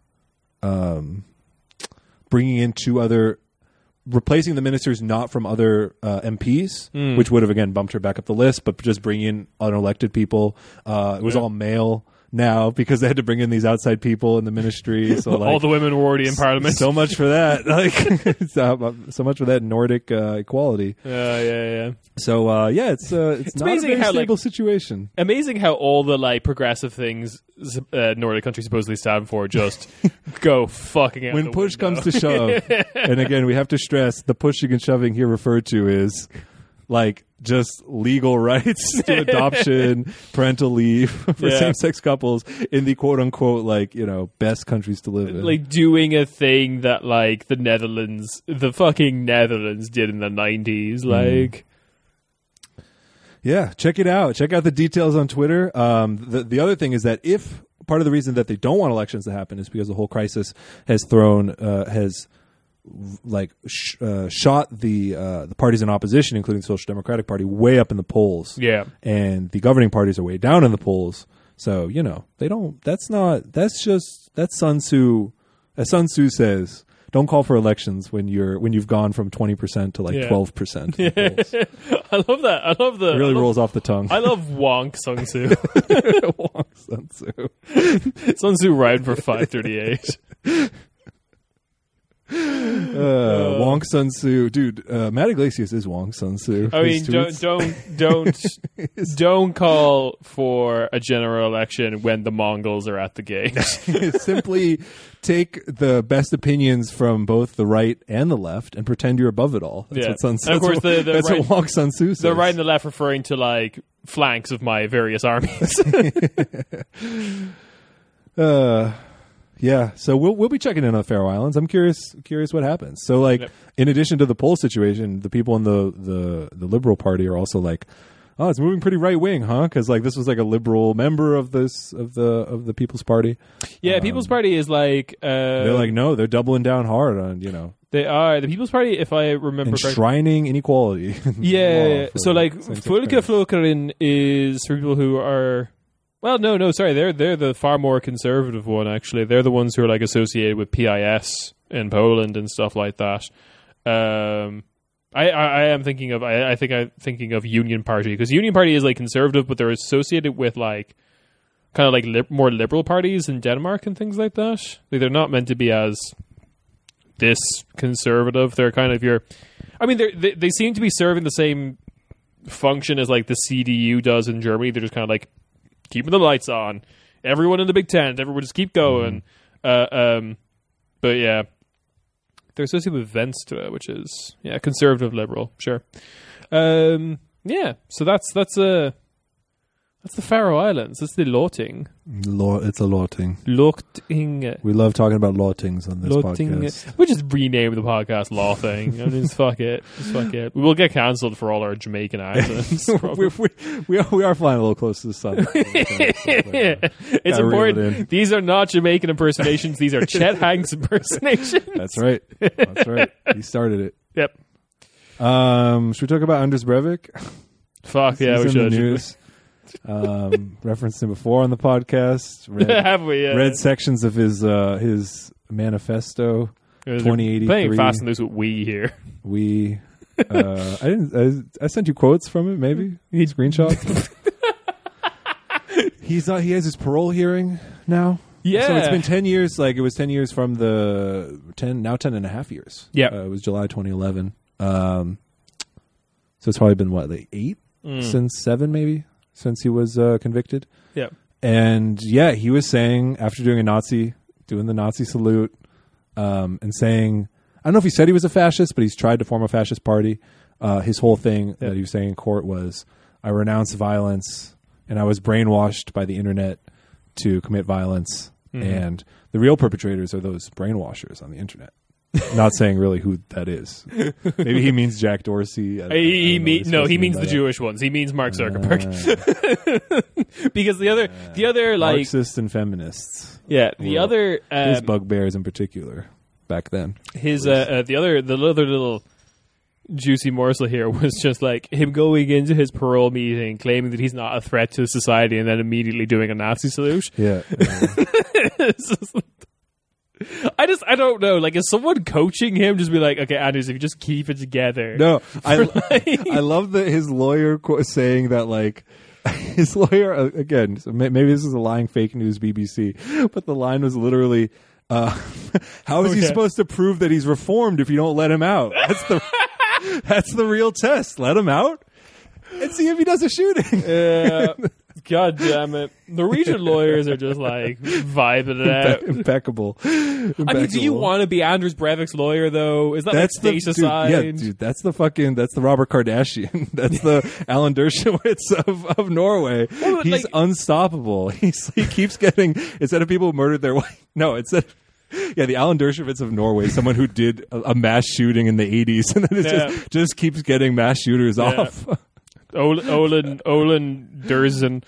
S1: bringing in two other replacing the ministers not from other uh, MPs,
S3: Hmm.
S1: which would have again bumped her back up the list, but just bringing in unelected people. Uh, it was all male now because they had to bring in these outside people in the ministry. So like,
S3: All the women were already in parliament.
S1: So much for that. Like so, so much for that Nordic uh, equality.
S3: yeah, yeah, yeah.
S1: So uh, yeah, it's uh, it's, not a
S3: amazing
S1: very
S3: how, like-
S1: stable situation.
S3: Amazing how all the like progressive things uh, Nordic countries supposedly stand for just go fucking. Out
S1: when
S3: the
S1: push
S3: window.
S1: comes to shove, and again, we have to stress the pushing and shoving here referred to is like just legal rights to adoption, parental leave for
S3: Yeah.
S1: same sex couples in the quote unquote, like, you know, best countries to live in.
S3: like doing a thing that like the Netherlands, the fucking Netherlands did in the nineties.
S1: Mm.
S3: Like,
S1: Yeah, check it out. Check out the details on Twitter. Um, the, the other thing is that if part of the reason that they don't want elections to happen is because the whole crisis has thrown uh, has like sh- uh, shot the uh, the parties in opposition, including the Social Democratic Party, way up in the polls.
S3: Yeah.
S1: and the governing parties are way down in the polls. So you know they don't. That's not. That's just that's Sun Tzu. As Sun Tzu says, don't call for elections when you're when you've gone from twenty percent to like
S3: Yeah.
S1: twelve percent. It
S3: I love that. I love the. I
S1: really
S3: love,
S1: rolls off the tongue.
S3: I love Wonk Sung Soo.
S1: Wong Sun Tzu.
S3: Sun Tzu rhymed for five thirty eight.
S1: Uh, Wong Sun Tzu, dude. Uh, Matt Iglesias is Wong Sun Tsu.
S3: I mean,
S1: His
S3: don't
S1: tweets.
S3: don't don't don't call for a general election when the Mongols are at the gate.
S1: simply take the best opinions from both the right and the left and pretend you're above it all. That's
S3: Yeah.
S1: what Sun Tzu.
S3: And of course
S1: that's what-
S3: the- the
S1: that's
S3: right-
S1: what Wong Sun Tzu says.
S3: the right and the left referring to like flanks of my various armies.
S1: Uh, yeah. So we'll we'll be checking in on the Faroe Islands. I'm curious curious what happens. So like,
S3: Yep.
S1: in addition to the poll situation, the people in the the the Liberal Party are also like. Oh, it's moving pretty right wing, huh? Because like this was like a liberal member of this of the of the People's Party.
S3: yeah, People's Party is like uh,
S1: They're like, no, they're doubling down hard on you know
S3: They are the People's Party, if I remember correctly.
S1: enshrining inequality. in
S3: yeah,
S1: law
S3: yeah.
S1: for
S3: so like
S1: same-sex
S3: Folke
S1: marriage.
S3: Flokeren is for people who are, well, no, no, sorry, they're they're the far more conservative one actually. They're the ones who are like associated with PIS in Poland and stuff like that. Um, I, I, I am thinking of I, I think I'm thinking of Union Party because Union Party is like conservative, but they're associated with like kind of like lib- more liberal parties in Denmark and things like that. Like they're not meant to be as this conservative. They're kind of your. I mean, they're- they they seem to be serving the same function as like the CDU does in Germany. They're just kind of like keeping the lights on. Everyone in the big tent. Everyone just keep going. Uh, um, but yeah, they're associated with Venstre, which is yeah conservative liberal. Sure. Um, yeah. So that's that's uh, that's the Faroe Islands. That's the Lorting.
S1: law, it's a law thing.
S3: Lorting.
S1: We love talking about law things on this
S3: Lotting.
S1: podcast.
S3: We just rename the podcast Law Thing. I mean, just fuck it. Just fuck it. We'll get cancelled for all our Jamaican accents.
S1: We're, we, we, are, we are flying a little close to the sun.
S3: it's
S1: Gotta reel it in.
S3: important. These are not Jamaican impersonations. These are Chet Hanks impersonations.
S1: That's right. That's right. He started it.
S3: Yep.
S1: Um, should we talk about Anders Breivik?
S3: Fuck yeah,
S1: He's
S3: we
S1: in the
S3: should.
S1: news. um, referenced him before on the podcast. Read,
S3: Have we? Yeah.
S1: read sections of his uh, his manifesto.
S3: It was
S1: 2083.
S3: Playing fast and loose with we here.
S1: We, uh, I didn't. I, I sent you quotes from it. uh, Maybe you need screenshots. He's not. He has his parole hearing now.
S3: Yeah.
S1: So it's been 10 years. Like it was 10 years from the 10, now 10 and a half years.
S3: Yeah.
S1: Uh, it was July 2011. Um, so it's probably been what, like eight
S3: Mm.
S1: since seven, maybe since he was uh, convicted.
S3: Yeah.
S1: And yeah, he was saying after doing a Nazi, doing the Nazi salute, um, and saying, I don't know if he said he was a fascist, but he's tried to form a fascist party. Uh, his whole thing that he was saying in court was, I renounce violence, and I was brainwashed by the internet to commit violence.
S3: Mm-hmm.
S1: And the real perpetrators are those brainwashers on the internet. Not saying really who that is. Maybe he means Jack Dorsey. I- I
S3: He, he
S1: don't know
S3: mean-
S1: what he's supposed
S3: no, he
S1: to mean
S3: means
S1: by
S3: the
S1: that.
S3: Jewish ones. He means Mark Zuckerberg. because the other, the other, like,
S1: Marxists and feminists.
S3: yeah, the
S1: Well,
S3: other, um,
S1: his
S3: his,
S1: bugbears in particular back then.
S3: uh, uh, the other, the other little juicy morsel here was just like him going into his parole meeting, claiming that he's not a threat to society, and then immediately doing a Nazi salute.
S1: Yeah.
S3: It's just like- I just, I don't know. Like, is someone coaching him? Just be like, okay, Andrews, if you just keep it together.
S1: no, I I love that his lawyer qu- saying that like his lawyer uh, again. So may- maybe this is a lying fake news BBC, but the line was literally. Uh, how is he
S3: Oh, yeah.
S1: supposed to prove that he's reformed if you don't let him out? That's the that's the real test. Let him out and see if he does a shooting.
S3: Yeah. Uh, God damn it. Norwegian lawyers are just like vibing it out.
S1: impeccable.
S3: Uh, I mean, do you
S1: Impeccable.
S3: want to be Anders Breivik's lawyer though? Is that
S1: that's
S3: like
S1: the
S3: state
S1: dude,
S3: aside?
S1: yeah, dude. That's the fucking. That's the Robert Kardashian. That's the Alan Dershowitz of, of Norway.
S3: but,
S1: He's
S3: like-
S1: unstoppable. He's he keeps getting instead of people who murdered their wife. No, instead. Yeah, the Alan Dershowitz of Norway, someone who did a, a mass shooting in the '80s, and then it
S3: Yeah.
S1: just just keeps getting mass shooters off.
S3: Ol- Olin Olin Durzen.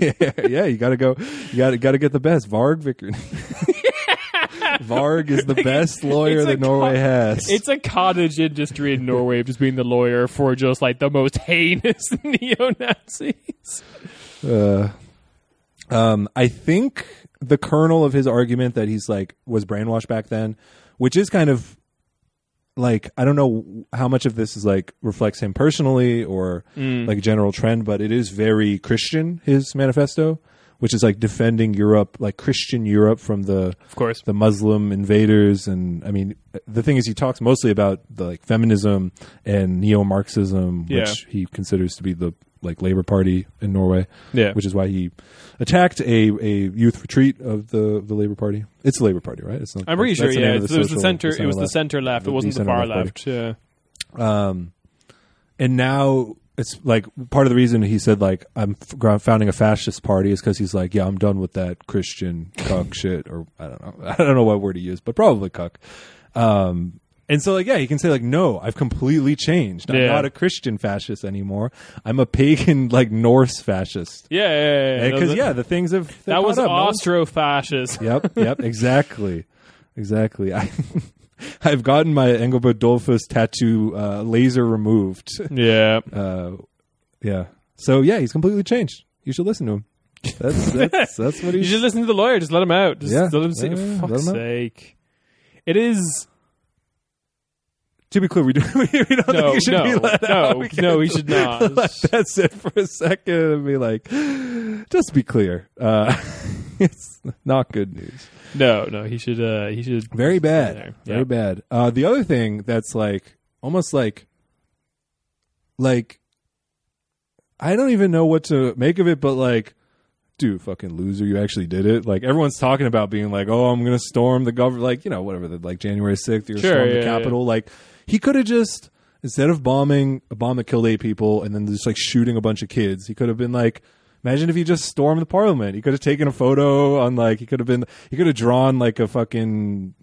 S1: yeah, yeah, you gotta go. You gotta gotta get the best. Varg Vicker. Varg is the best lawyer
S3: it's a
S1: that Norway
S3: co-
S1: has.
S3: It's a cottage industry in Norway of just being the lawyer for just like the most heinous neo Nazis.
S1: Uh, um, I think the kernel of his argument that he's like was brainwashed back then, which is kind of like I don't know how much of this is like reflects him personally or like a general trend, but it is very Christian. His manifesto, which is like defending Europe, like Christian Europe from the
S3: Of course.
S1: the Muslim invaders, and I mean, the thing is, he talks mostly about the, like feminism and neo-Marxism,
S3: Yeah.
S1: which he considers to be the like Labor Party in Norway.
S3: Yeah.
S1: which is why he attacked a, a youth retreat of the the Labor Party. It's the Labor Party, right? It's not.
S3: I'm pretty
S1: that's
S3: sure,
S1: the name
S3: yeah.
S1: of
S3: it was the
S1: social-
S3: center. It was the
S1: left.
S3: center left.
S1: the-
S3: It
S1: the
S3: wasn't the far
S1: center-left party.
S3: left. Yeah.
S1: Um, and now it's like part of the reason he said like I'm f- gr- founding a fascist party is because he's like, yeah, I'm done with that Christian cuck shit, or I don't know, I don't know what word he used, but probably cuck. Um, and so like, yeah, he can say like, no, I've completely changed. I'm
S3: Yeah.
S1: not a Christian fascist anymore. I'm a pagan like Norse fascist.
S3: Yeah, yeah, yeah.
S1: Because
S3: That-
S1: yeah, the things have they've
S3: that was
S1: caught up. No one's
S3: Austro-fascist.
S1: yep, yep, exactly, exactly. I, I've gotten my Engelbert Dollfuss tattoo uh, laser removed.
S3: Yeah.
S1: Uh, yeah. So yeah, he's completely changed. You should listen to him. That's that's, that's what
S3: You
S1: he
S3: should
S1: should.
S3: listen to the lawyer. Just let him out. Just
S1: Yeah.
S3: let him see.
S1: Yeah, yeah,
S3: fuck's
S1: let him out.
S3: sake. It is
S1: To be clear, we, do, we don't
S3: no,
S1: think he should
S3: no,
S1: be let
S3: no,
S1: out. We
S3: no.
S1: can't
S3: He should not.
S1: Let that sit for a second and be like, just be clear. Uh, it's not good news.
S3: no, no. He should. Uh, he should.
S1: Very bad.
S3: there.
S1: Very
S3: Yeah.
S1: bad. Uh, the other thing that's like almost like like I don't even know what to make of it, but like, dude, fucking loser, you actually did it. Like everyone's talking about being like, oh, I'm gonna storm the government, like you know, whatever, the, like January sixth, you're
S3: Sure,
S1: storm
S3: yeah,
S1: the
S3: yeah.
S1: Capitol. Like he could have just instead of bombing a bomb that killed eight people and then just like shooting a bunch of kids, he could have been like. Imagine if he just stormed the parliament. He could have taken a photo on like he could have been he could have drawn like a fucking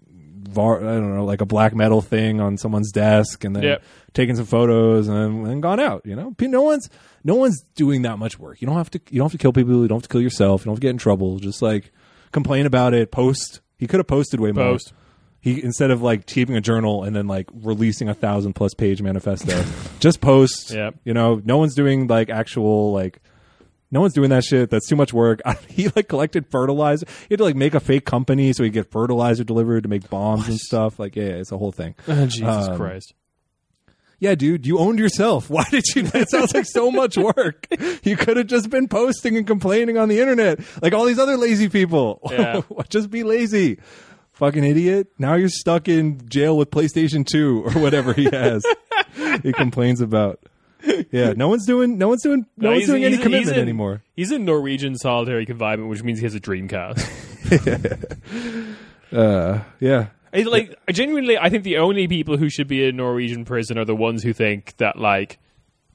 S1: var I don't know, like a black metal thing on someone's desk and then
S3: Yep.
S1: taken some photos and, and gone out, you know? Pe- No one's no one's doing that much work. You don't have to you don't have to kill people, you don't have to kill yourself, you don't have to get in trouble. Just like complain about it, post. He could have posted way more.
S3: Post.
S1: He instead of like keeping a journal and then like releasing a thousand plus page manifesto, just post.
S3: Yep.
S1: You know, no one's doing like actual like no one's doing that shit. That's too much work. he like collected fertilizer. He had to like make a fake company so he could get fertilizer delivered to make bombs and stuff. Like, yeah, it's a whole thing.
S3: Oh, Jesus
S1: Um,
S3: Christ.
S1: yeah, dude, you owned yourself. Why did you? It sounds like so much work. You could have just been posting and complaining on the internet like all these other lazy people.
S3: Yeah.
S1: just be lazy. Fucking idiot. Now you're stuck in jail with PlayStation 2 or whatever he has. he complains about. Yeah, no one's doing no one's doing no, one's
S3: he's-
S1: doing any
S3: he's- he's
S1: commitment
S3: in-
S1: anymore.
S3: He's in Norwegian solitary confinement, which means he has a Dreamcast.
S1: Uh, yeah.
S3: I, like I genuinely, I think the only people who should be in Norwegian prison are the ones who think that like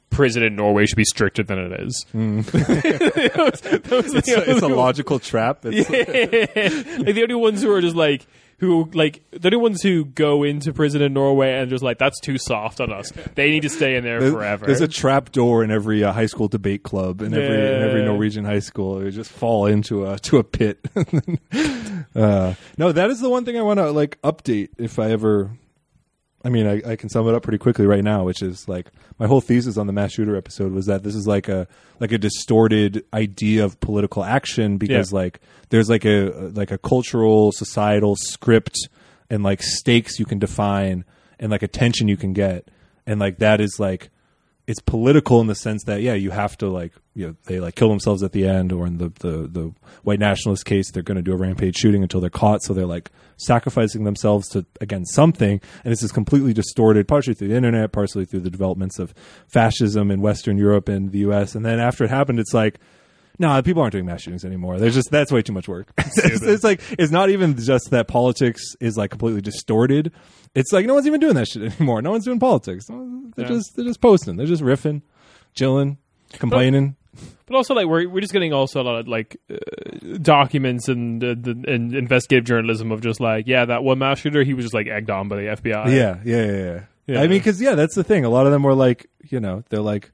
S3: prison in Norway should be stricter than it is.
S1: Hmm.
S3: Those are the only-
S1: logical trap. It's,
S3: like the only ones who are just like who like the only ones who go into prison in Norway and just like that's too soft on us. They need to stay in there
S1: There's-
S3: forever.
S1: There's a trap door in every uh, high school debate club in every in every
S3: Yeah.
S1: Norwegian high school. You just fall into a to a pit. uh, no, that is the one thing I want to like update if I ever. I mean, I, I can sum it up pretty quickly right now, which is like my whole thesis on the mass shooter episode was that this is like a like a distorted idea of political action because
S3: Yeah.
S1: like there's like a like a cultural societal script and like stakes you can define and like attention you can get and like that is like it's political in the sense that yeah, you have to like you know they like kill themselves at the end, or in the the, the white nationalist case, they're going to do a rampage shooting until they're caught, so they're like sacrificing themselves to against something, and this is completely distorted, partially through the internet, partially through the developments of fascism in Western Europe and the U.S., and then after it happened, it's like. No, people aren't doing mass shootings anymore. There's just that's way too much work. it's, it's like it's not even just that politics is like completely distorted. It's like no one's even doing that shit anymore. No one's doing politics. No one- They're
S3: Yeah.
S1: just they're just posting. They're just riffing, chilling, complaining.
S3: But also, like we're we're just getting also a lot of like uh, documents and uh, the, and investigative journalism of just like yeah, that one mass shooter he was just like egged on by the FBI.
S1: yeah, yeah, yeah, yeah,
S3: Yeah.
S1: I mean, because yeah, that's the thing. A lot of them were like, you know, they're like,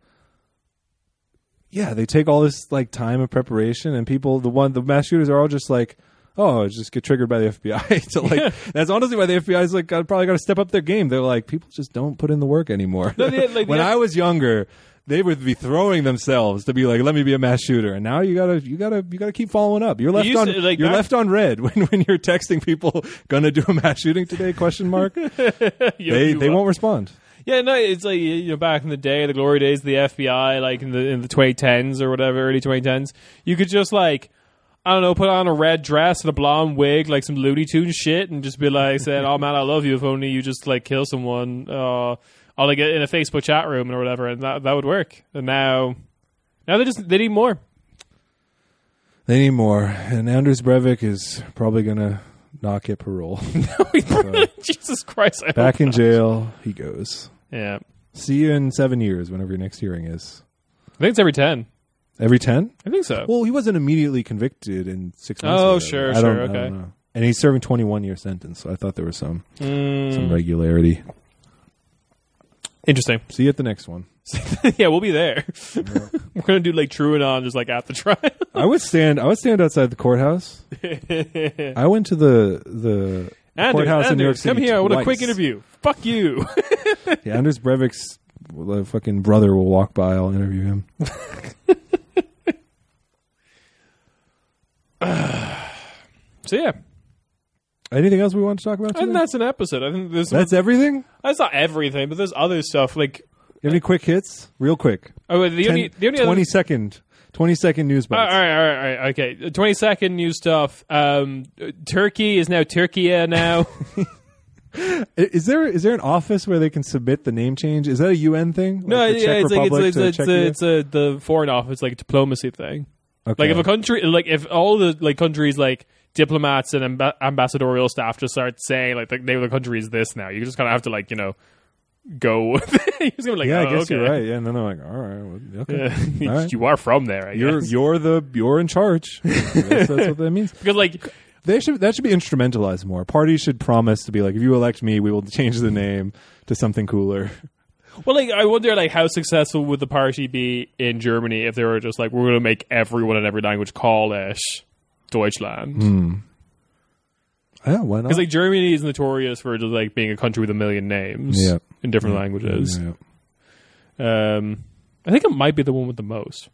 S1: yeah, they take all this like time and preparation, and people, the one, the mass shooters are all just like, oh, just get triggered by the FBI. to like, that's honestly why the FBI's like got- probably got to step up their game. They're like, people just don't put in the work anymore.
S3: they- like,
S1: when
S3: the-
S1: I was younger. They would be throwing themselves to be like, "Let me be a mass shooter," and now you gotta, you gotta, you gotta keep following up. You're left
S3: used
S1: on,
S3: to, like,
S1: you're
S3: back-
S1: left on red when, when you're texting people, "Gonna do a mass shooting today?" Question mark
S3: You-
S1: they
S3: you-
S1: they won't respond.
S3: Yeah, no, it's like you know, back in the day, the glory days, of the FBI, like in the in the 2010s or whatever, early 2010s, you could just like. I don't know, put on a red dress and a blonde wig, like some Looney Tunes shit, and just be like saying, "Oh man, I love you." If only you just like kill someone, uh, or like in a Facebook chat room or whatever, and that that would work. And now, now they just they need more.
S1: They need more, and Anders Breivik is probably gonna not get parole.
S3: Jesus Christ! I
S1: Back
S3: hope
S1: in
S3: not.
S1: jail he goes.
S3: Yeah,
S1: See you in seven years, whenever your next hearing is.
S3: I think it's every ten.
S1: Every ten?
S3: I think so.
S1: Well, he wasn't immediately convicted in six months. or
S3: Oh,
S1: whatever.
S3: sure,
S1: I don't-
S3: sure,
S1: I don't
S3: okay.
S1: know. And he's serving twenty one year sentence, so I thought there was some
S3: Mm,
S1: some regularity.
S3: interesting.
S1: See you at the next one.
S3: yeah, we'll be there. We're gonna do like Truanon just like at the trial.
S1: I would stand. I would stand outside the courthouse. I went to the the
S3: Anders,
S1: courthouse in New York
S3: Anders,
S1: City.
S3: Come here. I want a quick
S1: twice.
S3: interview. Fuck you.
S1: Yeah, Anders Breivik's uh, fucking brother will walk by. I'll interview him.
S3: so yeah,
S1: Anything else we want to talk about?
S3: and
S1: today?
S3: that's an episode. I think there's
S1: That's everything.
S3: that's not everything, but there's other stuff like
S1: You have any quick hits? Real quick.
S3: oh, the only the only other, Oh,
S1: 20 second- 20 second news
S3: all
S1: bites.
S3: right, all right, all right, okay. Twenty second new stuff. Um, Turkey is now Turkey now.
S1: I- Is there is there an office where they can submit the name change? Is that a UN thing?
S3: no,
S1: Like the
S3: yeah,
S1: Czech
S3: it's like it's
S1: Republic
S3: it's, it's,
S1: to
S3: it's,
S1: Czechia?
S3: a, it's a the foreign office like a diplomacy thing.
S1: Okay.
S3: Like if a country, like if all the like countries, like diplomats and amb- ambassadorial staff just start saying like the name of the country is this now, you just kind of have to like you know go. with it. you're just gonna be like,
S1: yeah,
S3: oh,
S1: I guess
S3: okay.
S1: you're right. Yeah, and then they're like, all right, well, okay.
S3: Yeah.
S1: All right.
S3: You are from there, I
S1: You're
S3: guess.
S1: you're the you're in charge. I guess that's what that means.
S3: because like
S1: They should that should be instrumentalized more. Parties should promise to be like, if you elect me, we will change the name to something cooler.
S3: Well, like I wonder, like how successful would the party be in Germany if they were just like, we're going to make everyone in every language call it Deutschland? Because
S1: Yeah, why not?
S3: like Germany is notorious for just like being a country with a million names
S1: Yeah.
S3: in different languages.
S1: Yeah.
S3: Um, I think it might be the one with the most.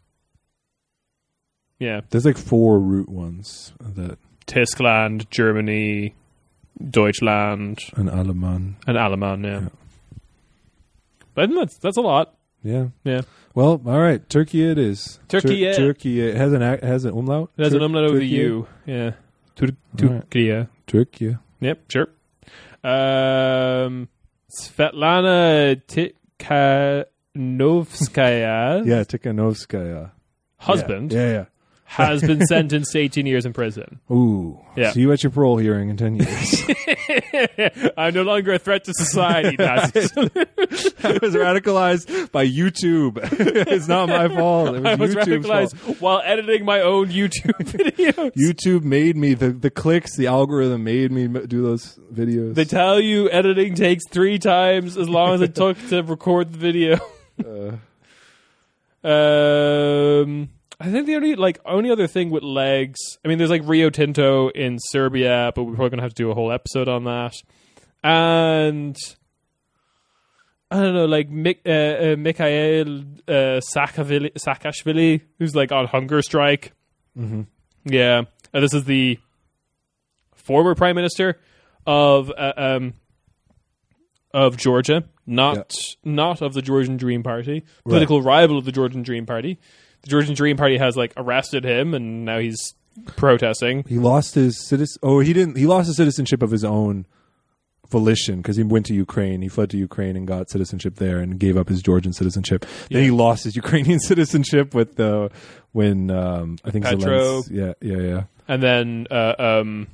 S3: Yeah,
S1: There's like four root ones that
S3: Tiskland, Germany, Deutschland,
S1: an Alaman.
S3: and Aleman. Yeah. But I think that's that's a lot.
S1: Yeah.
S3: Yeah.
S1: Well, all right. Turkey it is.
S3: Turkey it.
S1: Turkey it has an ac- has an umlaut.
S3: It has an
S1: Tur-
S3: umlaut over the
S1: Turkey it?
S3: U. Yeah. Tur-
S1: Alright.
S3: Turkey.
S1: Turkey.
S3: Yep, sure. Um, Svetlana Tikhanovskaya,
S1: Yeah, Tikhanovskaya.
S3: husband,
S1: Yeah, yeah.
S3: has been sentenced to 18 years in prison.
S1: yeah. Ooh.
S3: Yeah.
S1: See you at your parole hearing in ten years.
S3: I'm no longer a threat to society, Nazis.
S1: I was radicalized by YouTube. it's not my fault. It was,
S3: I was
S1: YouTube's fault.
S3: radicalized while editing my own YouTube videos.
S1: YouTube made me the the clicks. The algorithm made me m- do those videos.
S3: They tell you editing takes three times as long as it took to record the video. Uh, um, I think the only like only other thing with legs. I mean, there's like Rio Tinto in Serbia, but we're probably gonna have to do a whole episode on that. And I don't know, like Mik- uh, uh, Mikhail uh, Saakavili- Saakashvili, who's like on hunger strike. Mm-hmm. Yeah, Uh, this is the former prime minister of uh, um, of Georgia, not not of the Georgian Dream Party, political rival of the Georgian Dream Party. The Georgian Dream Party has like arrested him, and now he's protesting.
S1: he lost his citizen. Oh, he didn't. He lost his citizenship of his own volition because he went to Ukraine. He fled to Ukraine and got citizenship there and gave up his Georgian citizenship. Then he lost his Ukrainian citizenship with the when um, I think
S3: Petro.
S1: Zelens- Yeah, yeah, yeah.
S3: And then uh, um,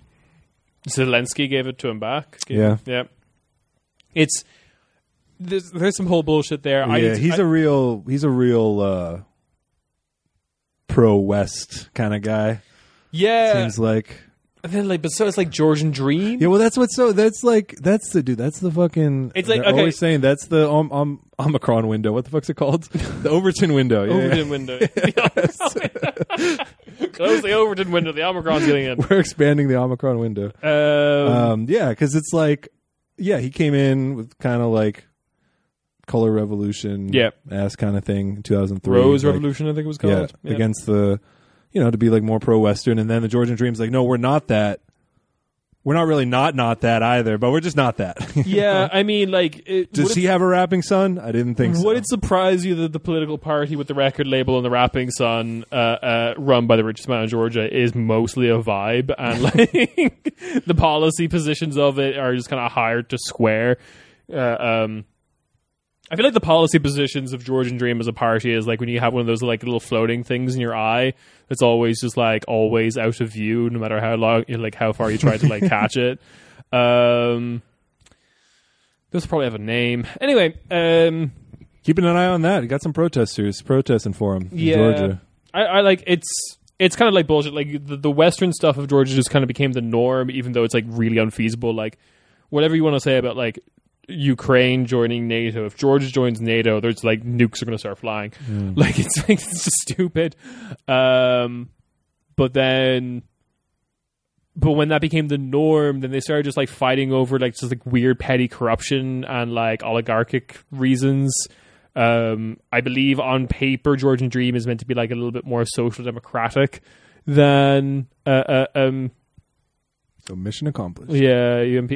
S3: Zelensky gave it to him back.
S1: Yeah.
S3: yeah. It's there's there's some whole bullshit there. I
S1: yeah,
S3: need to-
S1: he's
S3: I-
S1: a real he's a real uh, pro West kind of guy.
S3: yeah.
S1: Seems like
S3: And then like, but so it's like Georgian Dream.
S1: yeah. Well, that's what's so that's like that's the dude. That's the fucking.
S3: It's like,
S1: they're
S3: okay.
S1: always saying that's the um, um Omicron window. What the fuck's it called? the Overton window. Yeah, yeah.
S3: Overton window. Close the Overton window. The Omicron's getting in.
S1: We're expanding the Omicron window.
S3: Um,
S1: Um, yeah, because it's like, yeah, he came in with kind of like color revolution,
S3: Yeah.
S1: ass kind of thing, in 2003,
S3: Rose
S1: like,
S3: Revolution, I think it was
S1: yeah,
S3: called.
S1: against the, you know, to be like more pro Western, and then the Georgian Dream's like, no, we're not that. We're not really not not that either, but we're just not that.
S3: Yeah, I mean, like, it,
S1: Does
S3: would
S1: he
S3: it,
S1: have a rapping son? I didn't think so.
S3: would it surprise you that the political party with the record label and the rapping son, uh, uh, run by the richest man in Georgia, is mostly a vibe, and like the policy positions of it are just kind of hired to square. Uh, um, I feel like the policy positions of Georgian Dream as a party is like when you have one of those like little floating things in your eye that's always just like always out of view, no matter how long, like how far you try to like catch it. Um, those probably have a name. Anyway, um,
S1: Keeping an eye on that. He got some protesters protesting for him in
S3: yeah,
S1: Georgia.
S3: I, I like it's it's kind of like bullshit. Like the, the Western stuff of Georgia just kind of became the norm, even though it's like really unfeasible. Like whatever you want to say about like Ukraine joining NATO, if Georgia joins NATO, there's like nukes are going to start flying. Like it's like it's just stupid. Um, but then. But when that became the norm, then they started just like fighting over like just like weird petty corruption and like oligarchic reasons. Um, I believe on paper, Georgian Dream is meant to be like a little bit more social democratic than uh, uh, um,
S1: So mission accomplished.
S3: yeah UMP.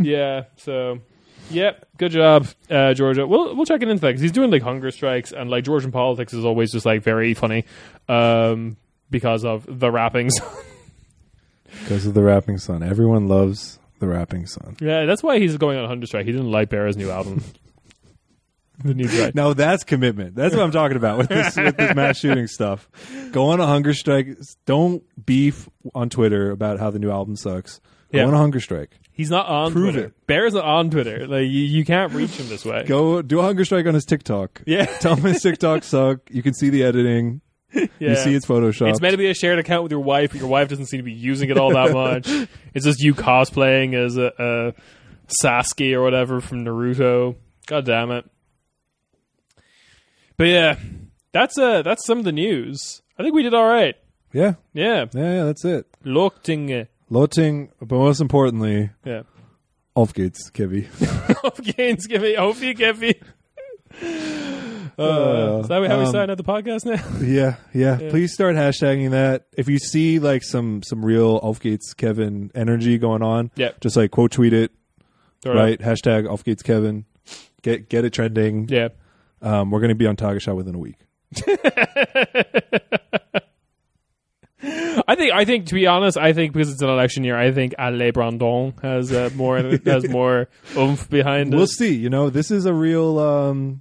S3: yeah, so yep, good job, uh, Georgia. We'll we'll check it into that because he's doing like hunger strikes and like Georgian politics is always just like very funny um, because of the wrappings.
S1: Because of the rapping son. Everyone loves the rapping son.
S3: yeah, that's why he's going on a hunger strike. He didn't like Bear's new album. the new strike.
S1: No, that's commitment. That's what I'm talking about with this with this mass shooting stuff. Go on a hunger strike. Don't beef on Twitter about how the new album sucks. Go
S3: Yeah.
S1: on a hunger strike.
S3: He's not on
S1: Prove
S3: Twitter.
S1: it.
S3: Bear's not on Twitter. Like you, you can't reach him this way.
S1: Go do a hunger strike on his TikTok.
S3: Yeah.
S1: Tell him his TikTok suck. You can see the editing.
S3: Yeah.
S1: You see it's Photoshop.
S3: It's meant to be a shared account with your wife, but your wife doesn't seem to be using it all that much. it's just you cosplaying as a, a Sasuke or whatever from Naruto. God damn it! But yeah, that's uh that's some of the news. I think we did all right.
S1: yeah.
S3: Yeah,
S1: Yeah, yeah, that's it.
S3: Lochting.
S1: Loting, but most importantly,
S3: Yeah,
S1: off gates, Kevy.
S3: hope gains give me. Hope you give me. Uh, is that how we
S1: um,
S3: sign out the podcast now?
S1: Yeah, yeah, Please start hashtagging that. If you see like some some real Offgates Kevin energy going on,
S3: Yep.
S1: just like quote tweet it,
S3: All
S1: right? Hashtag Offgates Kevin. Get get it trending.
S3: Yeah.
S1: Um, we're going to be on Target Shot within a week.
S3: I think I think to be honest, I think because it's an election year, I think Ale Brandon has uh, more has more oomph behind
S1: We'll
S3: it.
S1: see. You know, this is a real. Um,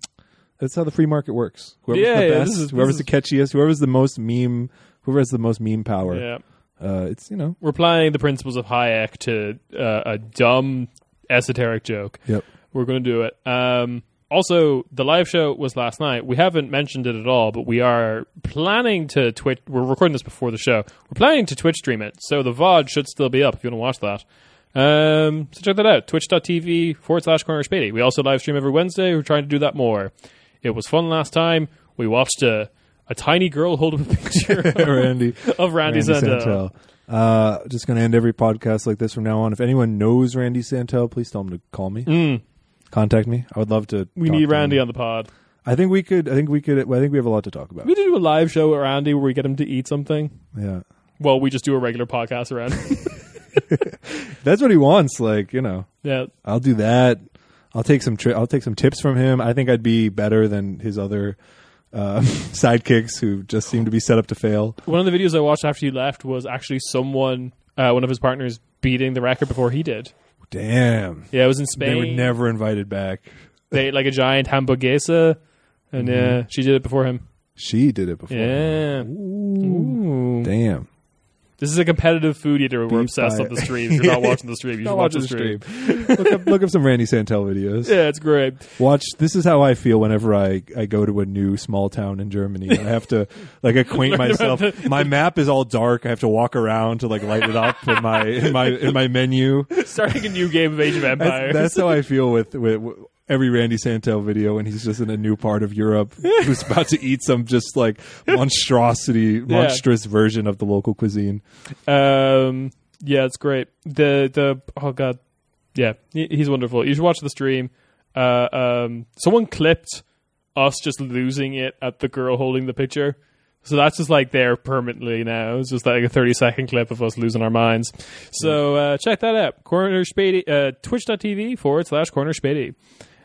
S1: that's how the free market works. Whoever's
S3: Yeah,
S1: the
S3: yeah,
S1: best,
S3: this is- this
S1: whoever's
S3: is-
S1: the catchiest, whoever's the most meme, whoever has the most meme power.
S3: Yeah.
S1: Uh, it's you know.
S3: We're applying the principles of Hayek to uh, a dumb esoteric joke.
S1: Yep.
S3: We're going to do it. Um, also, the live show was last night. We haven't mentioned it at all, but we are planning to Twitch. We're recording this before the show. We're planning to Twitch stream it, so the VOD should still be up if you want to watch that. Um, so check that out twitch.tv forward slash corner spady. We also live stream every Wednesday. We're trying to do that more. It was fun last time. We watched a, a tiny girl hold up a picture
S1: Randy.
S3: of Randy, Sandell.
S1: Uh, just going to end every podcast like this from now on. If anyone knows Randy Santel, please tell him to call me. Contact me. I would love to.
S3: Mm. We
S1: talk
S3: need
S1: to
S3: Randy
S1: him.
S3: on the pod.
S1: I think we could. I think we could. I think we have a lot to talk about.
S3: We do a live show with Randy where we get him to eat something.
S1: Yeah,
S3: Well, we just do a regular podcast around.
S1: that's what he wants. Like you know,
S3: yeah,
S1: I'll do that. I'll take some. Tri- I'll take some tips from him. I think I'd be better than his other uh, sidekicks who just seem to be set up to fail.
S3: one of the videos I watched after you left was actually someone, uh, one of his partners, beating the record before he did.
S1: Damn,
S3: Yeah, it was in
S1: they
S3: Spain.
S1: were never invited back.
S3: They ate like a giant hamburguesa, and
S1: Mm-hmm.
S3: uh, she did it before him.
S1: She did it before.
S3: Yeah. Ooh.
S1: Damn.
S3: This is a competitive food eater. We're
S1: Beat
S3: obsessed
S1: by-
S3: with the stream. If you're not watching the stream, you should watch the stream.
S1: look, up, look up some Randy Santel videos.
S3: Yeah, it's great.
S1: Watch. This is how I feel whenever I, I go to a new small town in Germany. I have to like acquaint myself. my map is all dark. I have to walk around to like light it up in my in my in my menu.
S3: Starting a new game of Age of Empires.
S1: That's, that's how I feel with with. with Every Randy Santel video, when he's just in a new part of Europe, who's about to eat some just like monstrosity, monstrous version of the local cuisine.
S3: Um, yeah, it's great. The the oh god, yeah, he- he's wonderful. You should watch the stream. Uh, um, someone clipped us just losing it at the girl holding the picture. So that's just like there permanently now. It's just like a 30 second clip of us losing our minds. So uh, check that out. Corner Spady, uh, twitch.tv forward slash corner spady.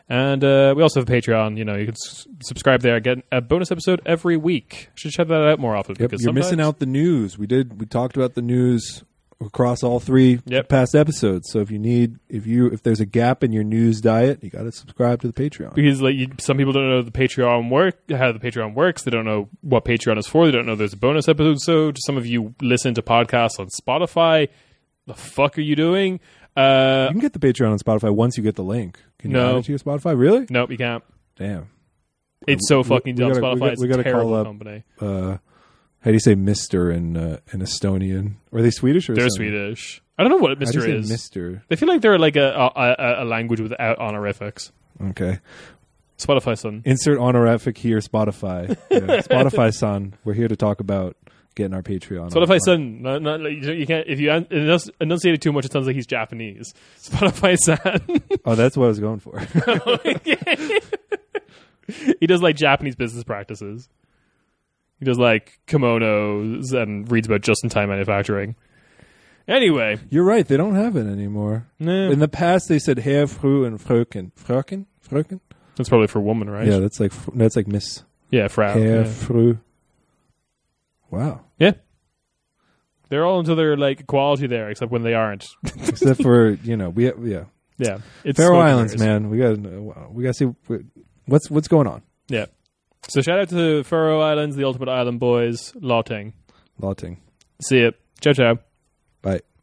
S3: And uh, we also have Patreon. You know, you can s- subscribe there. Get a bonus episode every week. Should check that out more often.
S1: Yep,
S3: because
S1: you're missing
S3: sometimes-
S1: out the news. We did. We talked about the news across all three
S3: Yep.
S1: past episodes. So if you need, if you, if there's a gap in your news diet, you got to subscribe to the Patreon.
S3: because like you, some people don't know the Patreon work how the Patreon works. They don't know what Patreon is for. They don't know there's a bonus episode. So to some of you listen to podcasts on Spotify. The fuck are you doing? Uh,
S1: You can get the Patreon on Spotify once you get the link. Can you
S3: No.
S1: add it to your Spotify? Really?
S3: nope, you can't.
S1: Damn.
S3: It's so
S1: we-
S3: fucking
S1: we
S3: dumb.
S1: gotta- we
S3: Spotify
S1: gotta-
S3: is
S1: we
S3: a
S1: gotta
S3: terrible
S1: call up-
S3: company.
S1: Uh, how do you say Mister in uh, in Estonian? Are they Swedish or
S3: They're
S1: Estonian?
S3: Swedish. I don't know what
S1: How do
S3: Mister
S1: you
S3: is.
S1: say Mister?
S3: they feel like they're like a a, a, a language without honorifics.
S1: Okay.
S3: Spotify son.
S1: Insert honorific here. Spotify. Yeah. Spotify son. We're here to talk about getting our Patreon. on.
S3: Spotify son. Not, not, like, you can't if you en- enunci- enunciate it too much. It sounds like he's Japanese. Spotify son.
S1: Oh, that's what I was going for.
S3: he does like Japanese business practices. He does like kimonos and reads about just in time manufacturing. Anyway, eh,
S1: You're right. They don't have it anymore.
S3: No.
S1: In the past, they said Herr, Fru, and Fröken. Fröken? Fröken?
S3: that's probably for woman, right? Ah,
S1: Yeah, that's like fr- that's like Miss
S3: yeah, Frau.
S1: Herr,
S3: Yeah.
S1: Fru. Wow.
S3: Yeah. They're all into their like equality there, except when they aren't.
S1: Except for you know we yeah
S3: yeah, it's
S1: Faroe
S3: smoke and
S1: Islands,
S3: mirrors.
S1: man. We got we got to see wh- what's what's going on.
S3: Yeah. So shout out to Faroe Islands, the Ultimate Island Boys, Lotting.
S1: Lotting.
S3: See ya. Ciao ciao.
S1: Bye.